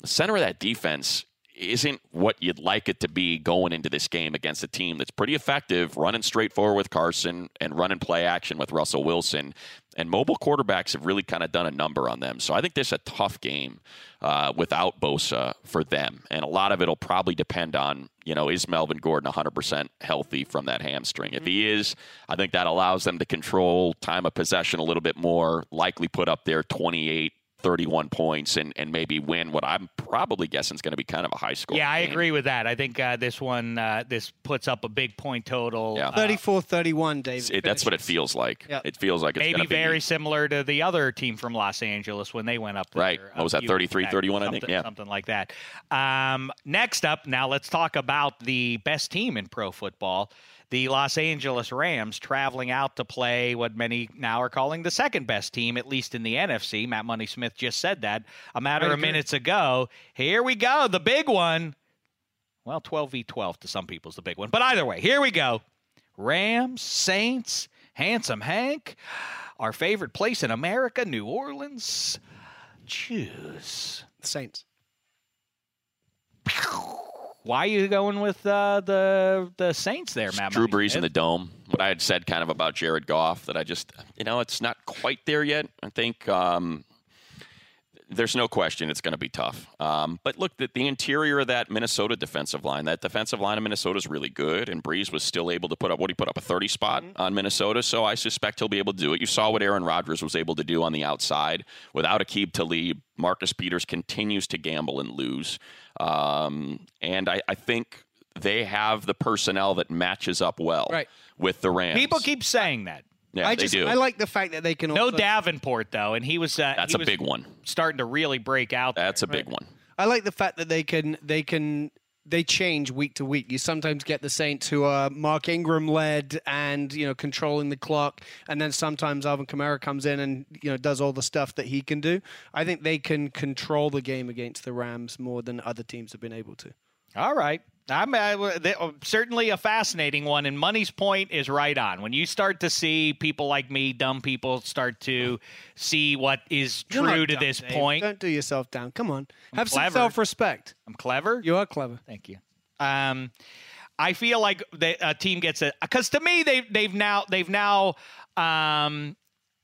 S3: the center of that defense isn't what you'd like it to be going into this game against a team that's pretty effective running straight forward with Carson and running play action with Russell Wilson. And mobile quarterbacks have really kind of done a number on them. So I think this is a tough game uh, without Bosa for them. And a lot of it will probably depend on, you know, is Melvin Gordon 100% healthy from that hamstring? If he is, I think that allows them to control time of possession a little bit more, likely put up their 28, 31 points and, and maybe win what I'm probably guessing is going to be kind of a high score.
S1: Yeah, I
S3: game.
S1: agree with that. I think uh, this one uh, this puts up a big point total.
S3: Yeah.
S1: uh,
S4: 34 31, Dave.
S3: It's- it- that's what it feels like.
S4: Yeah.
S3: It feels like it's
S1: maybe
S3: gonna be-
S1: very similar to the other team from Los Angeles when they went up there.
S3: Right. What
S1: a
S3: was that,
S1: few
S3: 33,
S1: back,
S3: 31, I think?
S1: something-
S3: Yeah.
S1: Something like that. Um, next up, now let's talk about the best team in pro football. The Los Angeles Rams traveling out to play what many now are calling the second best team, at least in the NFC. Matt Money Smith just said that a matter of
S4: agree.
S1: minutes ago. Here we go, the big one. Well, 12 v 12 to some people is the big one. But either way, here we go. Rams, Saints, Handsome Hank, our favorite place in America, New Orleans. Choose.
S4: Saints.
S1: Why are you going with uh, the the Saints there, Matt?
S3: Drew
S1: Money
S3: Brees in the
S1: Smith?
S3: dome. What I had said kind of about Jared Goff that I just, you know, it's not quite there yet. I think um, there's no question it's going to be tough. Um, but look, the, the interior of that Minnesota defensive line, that defensive line of Minnesota is really good, and Breeze was still able to put up what he put up a 30 spot
S1: Mm-hmm.
S3: on Minnesota. So I suspect he'll be able to do it. You saw what Aaron Rodgers was able to do on the outside without Akib Talib. Marcus Peters continues to gamble and lose, um, and I, I think they have the personnel that matches up well
S4: Right.
S3: with the Rams.
S1: People keep saying that.
S3: yeah,
S4: I
S3: they
S4: just
S3: do.
S4: I like the fact that they can.
S1: No
S4: also,
S1: Davenport though, and he was uh,
S3: That's
S1: he
S3: a
S1: was
S3: big one.
S1: starting to really break out. there.
S3: That's a big one.
S4: I like the fact that they can they can they change week to week. You sometimes get the Saints who are Mark Ingram led and you know controlling the clock, and then sometimes Alvin Kamara comes in and you know does all the stuff that he can do. I think they can control the game against the Rams more than other teams have been able to.
S1: All right. I'm uh, th- uh, certainly a fascinating one, and Money's point is right on. When you start to see people like me, dumb people, start to see what is
S4: You're not
S1: true to
S4: dumb,
S1: this
S4: Dave.
S1: point,
S4: Don't do yourself down. Come on, have
S1: clever.
S4: some self respect.
S1: I'm clever.
S4: You are clever.
S1: Thank you. Um, I feel like the a team gets it because to me they they've now they've now um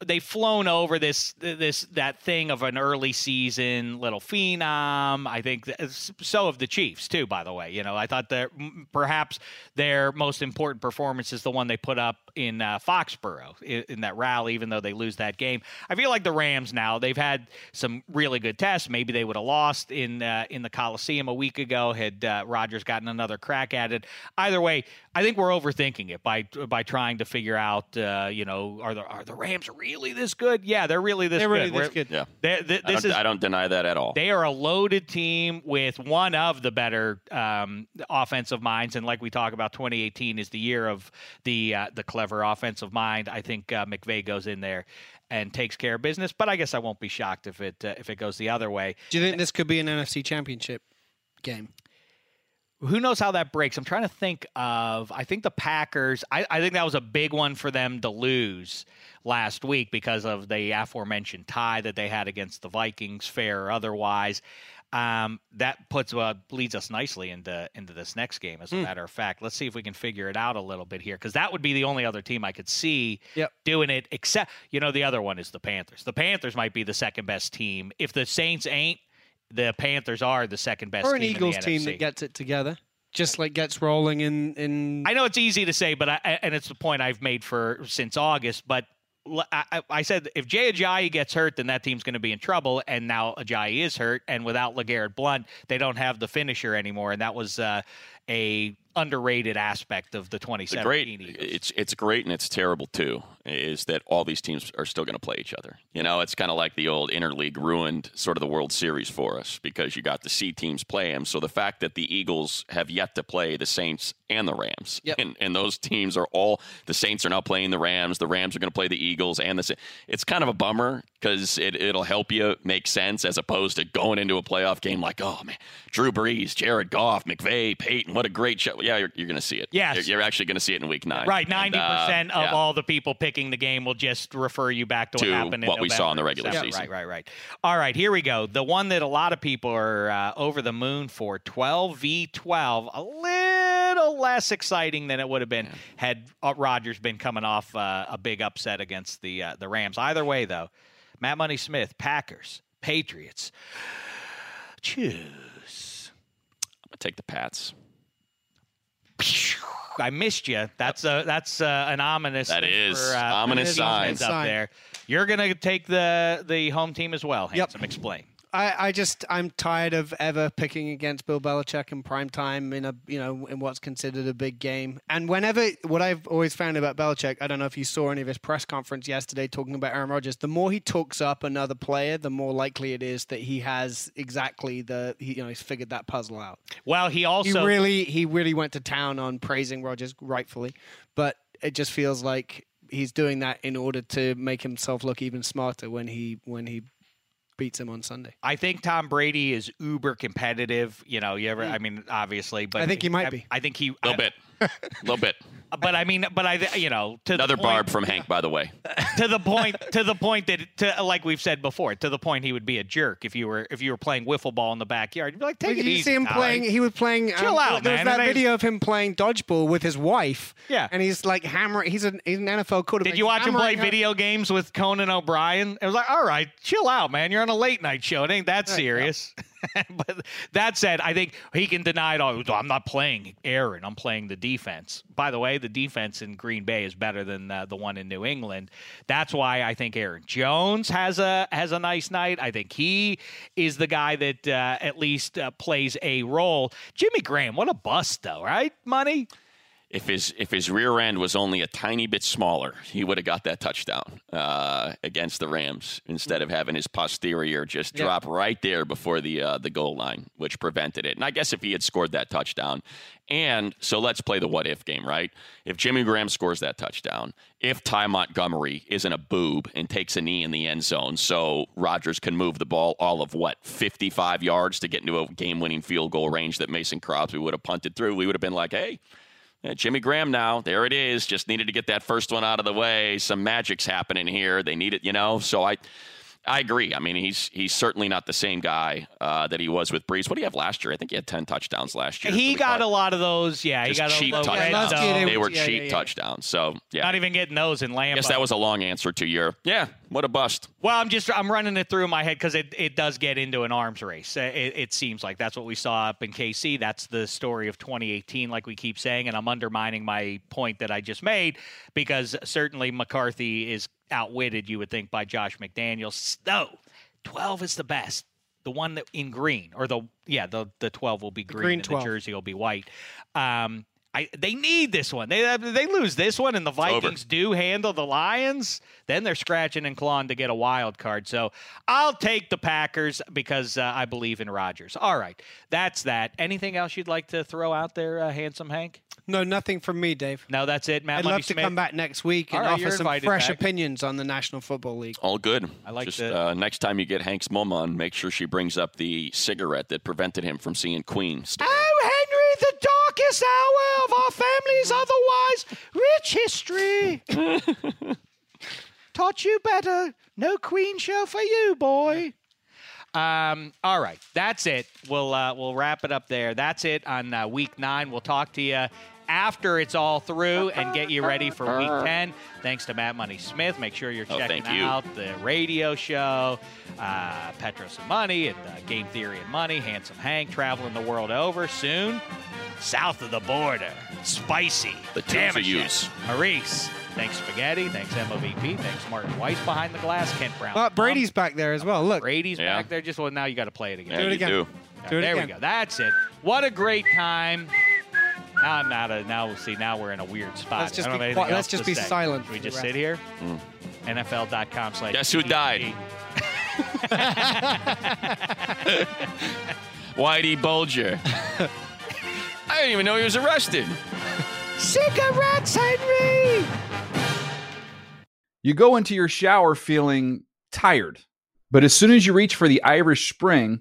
S1: they've flown over this this that thing of an early season little phenom. I think th- uh, so of the Chiefs too. By the way, you know I thought that mm, perhaps their most important performance is the one they put up in uh, Foxborough in, in that rally. Even though they lose that game, I feel like the Rams now they've had some really good tests. Maybe they would have lost in uh, in the Coliseum a week ago had uh, Rodgers gotten another crack at it. Either way, I think we're overthinking it by by trying to figure out. Uh, you know, are the are the Rams really this good? Yeah, they're really this
S4: They're
S1: good.
S4: really this
S1: We're-
S4: good.
S3: Yeah.
S1: they're- th-
S3: I
S1: this
S3: don't,
S1: is
S3: I don't deny that at all.
S1: they are a loaded team with one of the better um, offensive minds, and like we talk about, 2018 is the year of the uh, the clever offensive mind. I think uh, McVay goes in there and takes care of business, but I guess I won't be shocked if it uh, if it goes the other way.
S4: Do you think this could be an NFC Championship game?
S1: Who knows how that breaks? I'm trying to think of. I think the Packers. I, I think that was a big one for them to lose last week because of the aforementioned tie that they had against the Vikings, fair or otherwise. Um, that puts uh, leads us nicely into into this next game. As a
S4: Hmm.
S1: matter of fact, let's see if we can figure it out a little bit here because that would be the only other team I could see
S4: Yep.
S1: doing it. Except you know the other one is the Panthers. The Panthers might be the second best team if the Saints ain't. The Panthers are the second best
S4: or an
S1: team in the
S4: Eagles team that
S1: NFC.
S4: gets it together, just like gets rolling in in.
S1: I know it's easy to say, but I, I- and it's the point I've made for since August. But l- I, I- I said if Jay Ajayi gets hurt, then that team's going to be in trouble. And now Ajayi is hurt, and without Legarrette Blunt, they don't have the finisher anymore. And that was uh, a underrated aspect of the
S3: It's a
S1: 2017
S3: great.
S1: Eagles.
S3: It's it's great and it's terrible too. Is that all these teams are still going to play each other? You know, it's kind of like the old interleague ruined sort of the World Series for us because you got to see teams play them. So the fact that the Eagles have yet to play the Saints and the Rams,
S4: Yep.
S3: and and those teams are all the Saints are now playing the Rams. The Rams are going to play the Eagles and the. Sa- It's kind of a bummer because it it'll help you make sense as opposed to going into a playoff game like oh man, Drew Brees, Jared Goff, McVay, Peyton, what a great show. Yeah, you're, you're going to see it.
S1: Yes.
S3: You're- you're you're actually going to see it in week nine.
S1: Right,
S3: And,
S1: ninety
S3: uh,
S1: percent of
S3: yeah.
S1: all the people picking the game will just refer you back to,
S3: To
S1: what happened. In
S3: what we saw in the
S1: November,
S3: regular
S1: December.
S3: season.
S1: Right, right, right. All right, here we go. The one that a lot of people are uh, over the moon for twelve v twelve. A little less exciting than it would have been had uh, Rodgers been coming off uh, a big upset against the uh, the Rams. Either way, though, Matt Money Smith, Packers, Patriots. Choose.
S3: I'm gonna take the Pats.
S1: I missed you. That's a that's uh an ominous.
S3: That
S1: thing
S3: is
S1: for, uh,
S3: ominous
S1: Signs
S3: signs.
S1: up
S4: Sign.
S1: there. You're gonna take the the home team as well.
S4: Yep.
S1: Handsome, explain.
S4: I, I just I'm tired of ever picking against Bill Belichick in prime time in a you know in what's considered a big game. And whenever what I've always found about Belichick, I don't know if you saw any of his press conference yesterday talking about Aaron Rodgers. The more he talks up another player, the more likely it is that he has exactly the he, you know he's figured that puzzle out.
S1: Well, he also
S4: he really he really went to town on praising Rogers rightfully, but it just feels like he's doing that in order to make himself look even smarter when he when he beats him on Sunday.
S1: I think Tom Brady is uber competitive. You know, you ever? I mean, obviously, but
S4: Mm. I think he might
S1: I,
S4: be.
S1: I think he
S3: A
S1: I-
S3: little bit. A little bit.
S1: But I mean, but I th- you know to
S3: Another
S1: the point,
S3: barb from Hank, by the way.
S1: to the point to the point that to like we've said before to the point he would be a jerk if you were if you were playing wiffle ball in the backyard. You'd be like, take it
S4: Did you
S1: easy,
S4: see him
S1: Ty.
S4: playing? He was playing. um,
S1: Chill out,
S4: there was
S1: man.
S4: that
S1: It ain't-
S4: video of him playing dodgeball with his wife.
S1: Yeah.
S4: and he's like hammering. He's an, he's an NFL quarterback.
S1: Did you watch him play
S4: hammering her-
S1: video games with Conan O'Brien? It was like, all right, chill out, man. You're on a late night show. It ain't that serious. but that said, I think he can deny it all. I'm not playing Aaron. I'm playing the defense. By the way, the defense in Green Bay is better than uh, the one in New England. That's why I think Aaron Jones has a has a nice night. I think he is the guy that uh, at least uh, plays a role. Jimmy Graham, what a bust though, right? Money.
S3: if his if his rear end was only a tiny bit smaller, he would have got that touchdown uh, against the Rams instead of having his posterior just drop right there before the uh, the goal line, which prevented it. And I guess if he had scored that touchdown, and so let's play the what if game, right? If Jimmy Graham scores that touchdown, if Ty Montgomery isn't a boob and takes a knee in the end zone, so Rodgers can move the ball all of what fifty five yards to get into a game winning field goal range that Mason Crosby would have punted through, we would have been like, hey. Yeah, Jimmy Graham now. There it is. Just needed to get that first one out of the way. Some magic's happening here. They need it, you know. So I I agree. I mean, he's he's certainly not the same guy uh, that he was with Breeze. What do you have last year? I think he had ten touchdowns last year.
S1: He
S3: So
S1: got a
S3: probably-
S1: lot of those. Yeah, he
S3: just
S1: got a
S3: cheap
S1: lot of
S4: Yeah,
S3: touchdowns.
S4: last year
S3: they,
S4: they
S3: were
S4: were- yeah,
S3: cheap
S4: yeah, yeah.
S3: touchdowns. So yeah.
S1: Not even getting those in Lambo.
S3: I guess that was a long answer to your yeah. What a bust.
S1: Well, I'm just I'm running it through my head because it, it does get into an arms race. Uh, It, it seems like that's what we saw up in KC. That's the story of 2018, like we keep saying, and I'm undermining my point that I just made because certainly McCarthy is outwitted, you would think, by Josh McDaniels. No, 12 is the best. The one that in green, or the yeah, the the 12 will be green,
S4: green
S1: and
S4: 12.
S1: the jersey will be white. Um, I they need this one. They they lose this one, and the
S3: over.
S1: Vikings do handle the Lions, then they're scratching and clawing to get a wild card. So I'll take the Packers because uh, I believe in Rodgers. All right, that's that. Anything else you'd like to throw out there, uh, handsome Hank?
S4: No, nothing from me, Dave.
S1: No, that's it, Matt.
S4: I'd
S1: Lundy
S4: love to
S1: Smith.
S4: come back next week and
S1: All right,
S4: offer
S1: you're
S4: some
S1: invited
S4: fresh
S1: back.
S4: opinions on the National Football League.
S3: All good.
S1: I like
S3: Just
S1: that.
S3: uh, next time you get Hank's mom on, make sure she brings up the cigarette that prevented him from seeing Queen.
S1: Oh, Henry, the darkest hour of our family's otherwise rich history. Taught you better. No queen show for you, boy. Um, all right, that's it. We'll uh, we'll wrap it up there. That's it on uh, week nine. We'll talk to you after it's all through and get you ready for week ten. Thanks to Matt Money Smith. Make sure you're
S3: Oh,
S1: checking
S3: thank you.
S1: out the radio show, uh, Petros and Money, and uh, Game Theory and Money. Handsome Hank traveling the world over soon. South of the border, spicy.
S3: The tools
S1: Damn
S3: you
S1: it, Chef.
S3: use.
S1: Maurice. Thanks, Spaghetti. Thanks, MOVP. Thanks, Martin Weiss behind the glass. Kent Brown.
S4: But Brady's back there as well. Look,
S1: Brady's
S3: Yeah.
S1: back there. Just well, now you got to play it again.
S3: Yeah,
S4: it
S3: you
S4: again.
S3: do.
S1: All right,
S4: do it
S1: there we
S4: again.
S1: go. That's it. What a great time. Now I'm out of. Now see. Now we're in a weird spot.
S4: Let's just
S1: I don't
S4: be
S1: have anything
S4: quiet. Let's
S1: else to
S4: just be
S1: say.
S4: silent
S1: Should we
S4: for the
S1: just
S4: rest
S1: sit
S4: of
S1: here? NFL.com slash.
S3: Guess who died? Whitey Bulger. I didn't even know he was arrested.
S1: Cigarettes, Henry.
S8: You go into your shower feeling tired, but as soon as you reach for the Irish Spring,